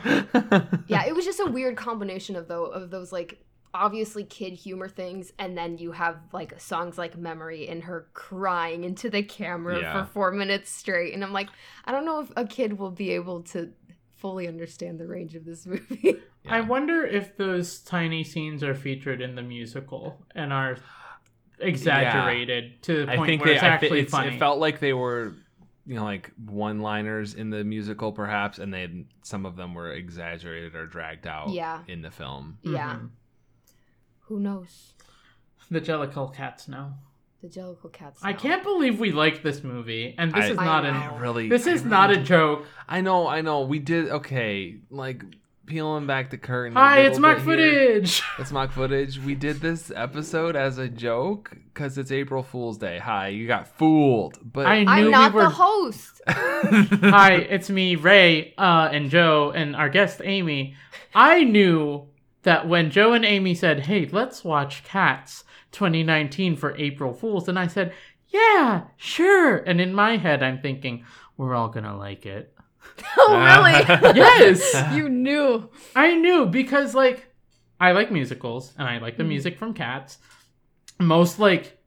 Speaker 3: yeah, it was just a weird combination of though of those like obviously kid humor things, and then you have like songs like "Memory" and her crying into the camera
Speaker 4: Yeah.
Speaker 3: for four minutes straight, and I'm like, I don't know if a kid will be able to fully understand the range of this movie.
Speaker 1: I
Speaker 4: Yeah.
Speaker 1: wonder if those tiny scenes are featured in the musical and are exaggerated to the
Speaker 4: I
Speaker 1: point
Speaker 4: think
Speaker 1: where
Speaker 4: they,
Speaker 1: it's
Speaker 4: I thi-
Speaker 1: actually
Speaker 4: it's-
Speaker 1: funny.
Speaker 4: It felt like they were, you know, like one-liners in the musical, perhaps, and they had, some of them were exaggerated or dragged out.
Speaker 3: Yeah.
Speaker 4: in the film.
Speaker 3: Yeah,
Speaker 1: Mhm.
Speaker 3: who knows?
Speaker 1: The Jellicle cats know.
Speaker 3: The Jellicle cats.
Speaker 1: I
Speaker 3: know.
Speaker 1: can't believe we like this movie, and this
Speaker 4: I-
Speaker 1: is
Speaker 3: I
Speaker 1: not
Speaker 3: know.
Speaker 1: an.
Speaker 4: Really,
Speaker 1: This
Speaker 4: I
Speaker 1: is
Speaker 4: really
Speaker 1: not a
Speaker 4: did-
Speaker 1: joke.
Speaker 4: I know, I know. We did okay. Like peeling back the curtain. a
Speaker 1: Hi,
Speaker 4: little
Speaker 1: it's mock
Speaker 4: bit here.
Speaker 1: footage.
Speaker 4: It's mock footage. We did this episode as a joke because it's April Fool's Day. Hi, you got fooled. But
Speaker 1: I knew
Speaker 3: I'm not
Speaker 1: we were.
Speaker 3: the host.
Speaker 1: Hi, it's me, Ray, uh, and Joe, and our guest Amy. I knew that when Joe and Amy said, "Hey, let's watch Cats 2019 for April Fools," and I said, "Yeah, sure." And in my head, I'm thinking, "We're all gonna like it."
Speaker 3: oh really?
Speaker 1: Yes!
Speaker 3: you knew.
Speaker 1: I knew because like I like musicals and I like the
Speaker 3: Mhm.
Speaker 1: music from Cats. Most like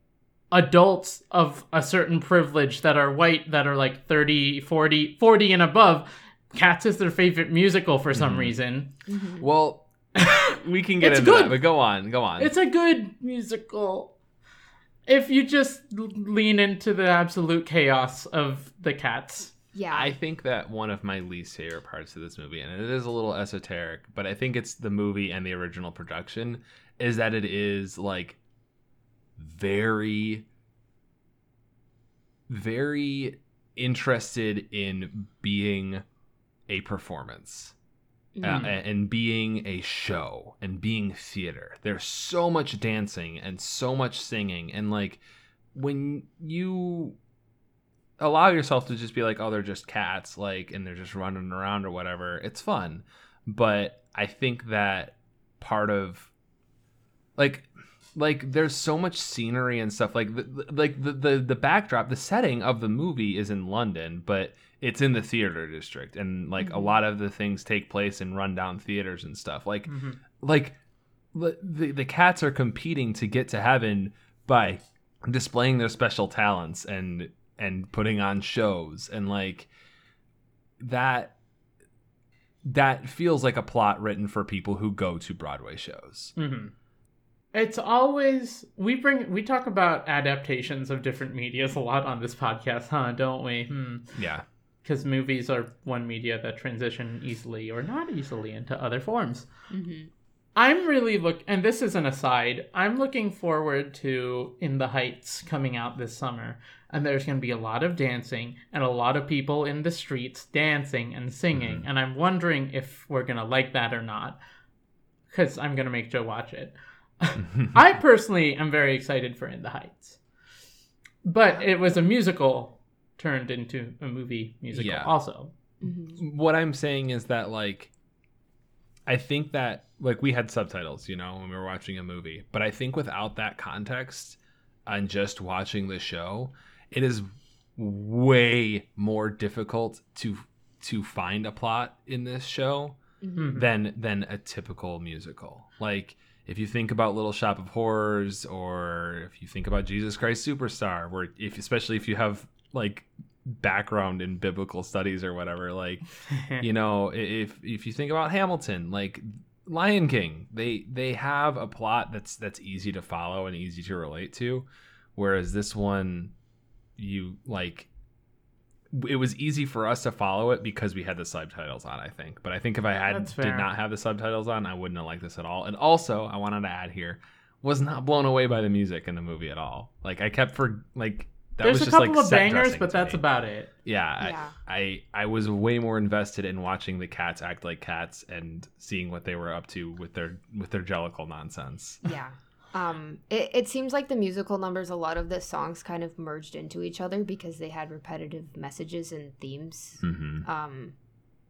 Speaker 1: adults of a certain privilege that are white that are like 30, 40, 40 and above, Cats is their favorite musical for some
Speaker 4: Mhm.
Speaker 1: reason. Mm-hmm.
Speaker 4: well, we can get
Speaker 1: It's
Speaker 4: into that.
Speaker 1: good.
Speaker 4: But go on, go on.
Speaker 1: It's a good musical. If you just l- lean into the absolute chaos of the Cats.
Speaker 3: Yeah.
Speaker 4: I think that one of my least favorite parts of this movie, and it is a little esoteric, but I think it's the movie and the original production, is that it is like very, very interested in being a performance uh,
Speaker 1: Mm.
Speaker 4: and being a show and being theater. There's so much dancing and so much singing. And like when you allow yourself to just be like, oh, they're just cats, like, and they're just running around or whatever, it's fun. But I think that part of like, like there's so much scenery and stuff like the, the- like the, the the backdrop the setting of the movie is in london but it's in the theater district and like a
Speaker 3: Mhm.
Speaker 4: lot of the things take place in rundown theaters and stuff like
Speaker 1: Mhm.
Speaker 4: like the, the the cats are competing to get to heaven by displaying their special talents and and putting on shows and like that that feels like a plot written for people who go to broadway shows
Speaker 1: hmm It's always we bring we talk about adaptations of different medias a lot on this podcast, huh? Don't we?
Speaker 4: yeah
Speaker 1: Because movies are one media that transition easily or not easily into other forms.
Speaker 3: Mhm.
Speaker 1: I'm really look, and this is an aside. I'm looking forward to In the Heights coming out this summer, and there's going to be a lot of dancing and a lot of people in the streets dancing and singing, and I'm wondering if we're going to like that or not, because I'm going to make Joe watch it. I personally am very excited for In the Heights, but it was a musical turned into a movie musical
Speaker 4: Yeah.
Speaker 1: also.
Speaker 3: Mhm.
Speaker 4: what I'm saying is that like I think that like we had subtitles, you know, when we were watching a movie, but I think without that context and just watching the show, it is way more difficult to to find a plot in this show
Speaker 1: Mhm.
Speaker 4: than than a typical musical. Like if you think about Little Shop of Horrors or if you think about Jesus Christ Superstar, where if especially if you have like background in biblical studies or whatever, like you know i- if if you think about hamilton like lion king they they have a plot that's that's easy to follow and easy to relate to whereas this one you like w- it was easy for us to follow it because we had the subtitles on i think but i think if i had
Speaker 1: That's
Speaker 4: did
Speaker 1: fair.
Speaker 4: not have the subtitles on i wouldn't have liked this at all and also i wanted to add here was not blown away by the music in the movie at all like i kept for like that
Speaker 1: there's
Speaker 4: was
Speaker 1: a
Speaker 4: just
Speaker 1: couple
Speaker 4: like
Speaker 1: of
Speaker 4: set
Speaker 1: bangers,
Speaker 4: dressing
Speaker 1: but
Speaker 4: to
Speaker 1: that's
Speaker 4: me.
Speaker 1: about it.
Speaker 4: yeah, I-
Speaker 3: Yeah.
Speaker 4: I I was way more invested in watching the cats act like cats and seeing what they were up to with their with their jellicle nonsense.
Speaker 3: Yeah. Um, it, it seems like the musical numbers, a lot of the songs kind of merged into each other because they had repetitive messages and themes.
Speaker 4: Mm-hmm.
Speaker 3: Um,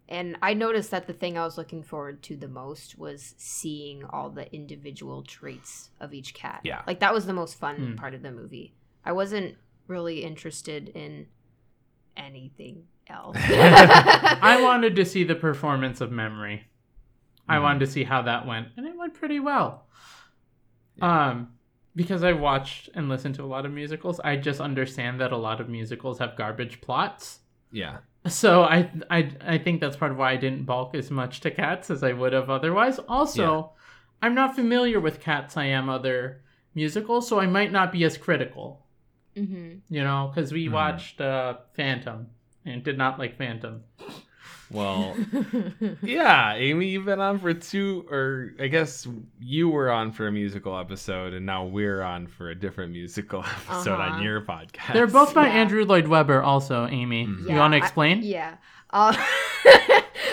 Speaker 3: and I noticed that the thing I was looking forward to the most was seeing all the individual traits of each cat.
Speaker 4: Yeah.
Speaker 3: Like that was the most fun
Speaker 1: Hmm.
Speaker 3: part of the movie. I wasn't really interested in anything else.
Speaker 1: I wanted to see the performance of Memory.
Speaker 4: Mm-hmm.
Speaker 1: I wanted to see how that went, and it went pretty well. Um, because I watched and listened to a lot of musicals, I just understand that a lot of musicals have garbage plots.
Speaker 4: Yeah,
Speaker 1: So I I I think that's part of why I didn't balk as much to cats as I would have otherwise. Also, I'm not familiar with cats. I am other musicals, so I might not be as critical.
Speaker 3: hmm
Speaker 1: You know, because we
Speaker 4: Mhm.
Speaker 1: watched uh, Phantom and did not like Phantom.
Speaker 4: well, yeah, Amy, you've been on for two, or I guess you were on for a musical episode, and now we're on for a different musical episode
Speaker 3: Uh-huh.
Speaker 4: on your podcast.
Speaker 1: They're both by
Speaker 3: Yeah.
Speaker 1: Andrew Lloyd Webber, also, Amy.
Speaker 4: Mhm.
Speaker 1: You
Speaker 3: Yeah,
Speaker 1: want to
Speaker 3: I-
Speaker 1: explain?
Speaker 3: Yeah. Uh,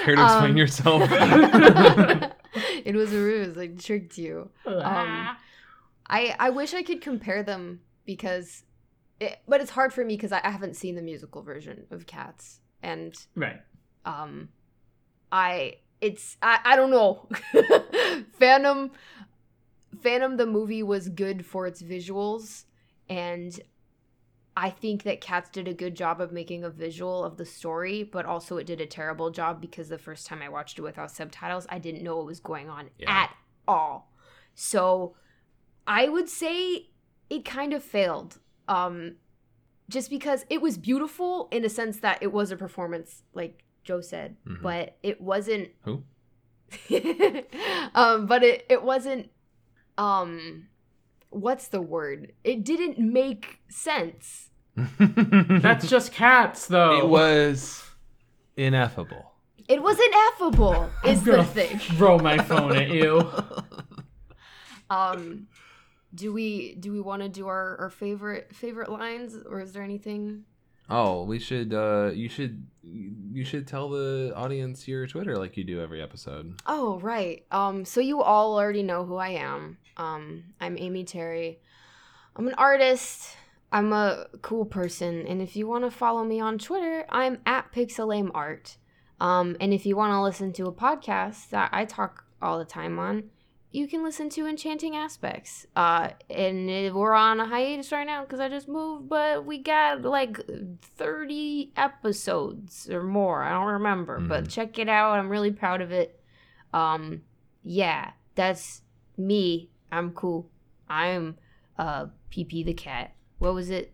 Speaker 4: here to explain
Speaker 3: um,
Speaker 4: yourself.
Speaker 3: it was a ruse. I tricked you.
Speaker 1: Uh, Ah.
Speaker 3: Um, I I wish I could compare them because, it, but it's hard for me because I, I haven't seen the musical version of Cats, and
Speaker 1: right.
Speaker 3: um, I it's I I don't know. Phantom, Phantom the movie was good for its visuals, and I think that Cats did a good job of making a visual of the story, but also it did a terrible job because the first time I watched it without subtitles, I didn't know what was going on
Speaker 4: Yeah.
Speaker 3: at all. So I would say it kind of failed. Um just because it was beautiful in a sense that it was a performance like Joe said,
Speaker 1: Mm-hmm.
Speaker 4: Mhm.
Speaker 3: but it wasn't
Speaker 4: Who?
Speaker 3: um but it it wasn't um what's the word? It didn't make sense.
Speaker 1: That's just cats, though.
Speaker 4: it was ineffable.
Speaker 3: It was ineffable, is
Speaker 1: I'm gonna
Speaker 3: the thing.
Speaker 1: Throw my phone at you.
Speaker 3: Um, do we do we want to do our, our favorite favorite lines, or is there anything?
Speaker 4: Oh, we should. Uh, you should. You should tell the audience your Twitter like you do every episode.
Speaker 3: Oh right. Um, so you all already know who I am. Um, I'm Amy Terry. I'm an artist. I'm a cool person, and if you want to follow me on Twitter, I'm at pixelameart. Um, and if you want to listen to a podcast that I talk all the time on, you can listen to Enchanting Aspects. Uh, and it- we're on a hiatus right now because I just moved, but we got like 30 episodes or more. I don't remember, but check it out. I'm really proud of it. Um, yeah, that's me. I'm cool. I'm uh, PP the cat. What was it?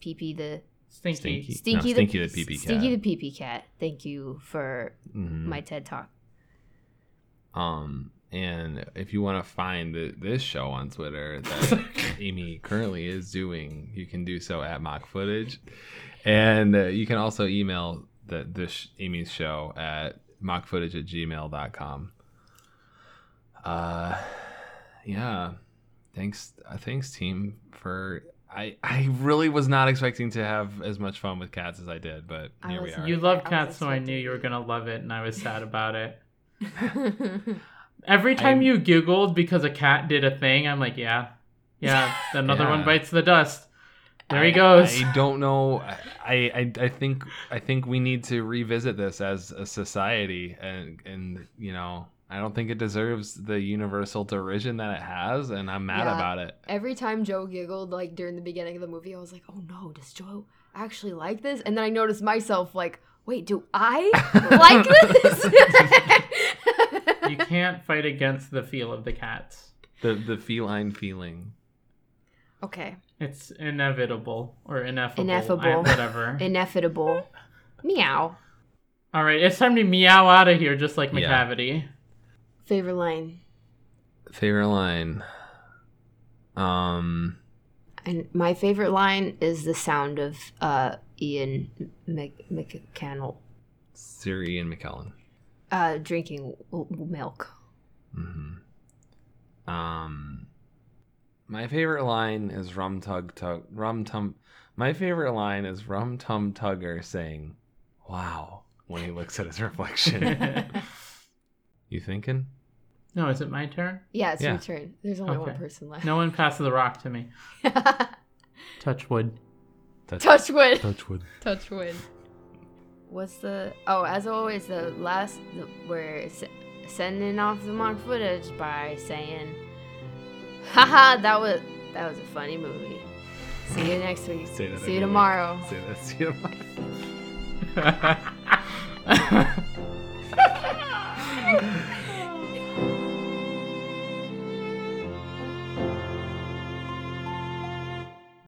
Speaker 3: PP the
Speaker 1: Stinky.
Speaker 4: Stinky.
Speaker 3: Stinky,
Speaker 4: No, Stinky the PP
Speaker 3: Stinky
Speaker 4: cat.
Speaker 3: the PP cat. Thank you for
Speaker 4: Mhm.
Speaker 3: my TED talk.
Speaker 4: Um, and if you want to find the, this show on Twitter that Amy currently is doing, you can do so at Mock Footage, and uh, you can also email the this Amy's show at mockfootage at gmail.com. Uh, yeah. Thanks, uh, thanks team for. I I really was not expecting to have as much fun with cats as I did, but
Speaker 3: I
Speaker 4: here we
Speaker 3: wasn't
Speaker 4: are.
Speaker 1: You
Speaker 3: Alright,
Speaker 1: love
Speaker 3: I was
Speaker 1: cats, so I
Speaker 3: expecting
Speaker 1: knew you were
Speaker 3: you.
Speaker 1: gonna love it, and I was sad about it.
Speaker 3: yeah,
Speaker 1: Every time
Speaker 4: I'm-
Speaker 1: you giggled because a cat did a thing, I'm like, yeah, yeah, another one
Speaker 4: Yeah.
Speaker 1: bites the dust. There
Speaker 4: I,
Speaker 1: he goes.
Speaker 4: I don't know. I, I I think I think we need to revisit this as a society, and and you know I don't think it deserves the universal derision that it has, and I'm mad
Speaker 3: Yeah.
Speaker 4: about it.
Speaker 3: Every time Joe giggled, like during the beginning of the movie, I was like, oh no, does Joe actually like this? And then I noticed myself, like, wait, do I like this?
Speaker 1: you can't fight against the feel of the cats.
Speaker 4: The the feline feeling.
Speaker 3: okay.
Speaker 1: It's inevitable or ineffable,
Speaker 3: Ineffable.
Speaker 1: I- whatever.
Speaker 3: Ineffable. Meow.
Speaker 1: All right, it's time to meow out of here, just like
Speaker 4: Yeah.
Speaker 1: McCavity.
Speaker 3: Favorite line.
Speaker 4: Favorite line. Um.
Speaker 3: And my favorite line is the sound of uh, Ian Mc- McCannell
Speaker 4: Sir Ian McKellen.
Speaker 3: uh, drinking w- w- milk.
Speaker 4: Mm-hmm. Um, my favorite line is Rum Tug Tug Rum Tum. My favorite line is Rum Tum Tugger saying, "Wow," when he looks at his reflection. you thinking?
Speaker 1: no, is it my turn?
Speaker 3: Yeah, it's
Speaker 4: Yeah.
Speaker 3: your turn. There's only one
Speaker 1: Okay.
Speaker 3: person left.
Speaker 1: No one passes the rock to me. Touch wood.
Speaker 3: Touch wood.
Speaker 4: Touchwood.
Speaker 3: Touch wood. What's the oh? As always, the last the, we're s- sending off the mock footage by saying, "Haha, that was that was a funny movie." See you next week.
Speaker 4: Say that
Speaker 3: See
Speaker 4: every
Speaker 3: you
Speaker 4: week.
Speaker 3: tomorrow.
Speaker 4: Say that. See you tomorrow.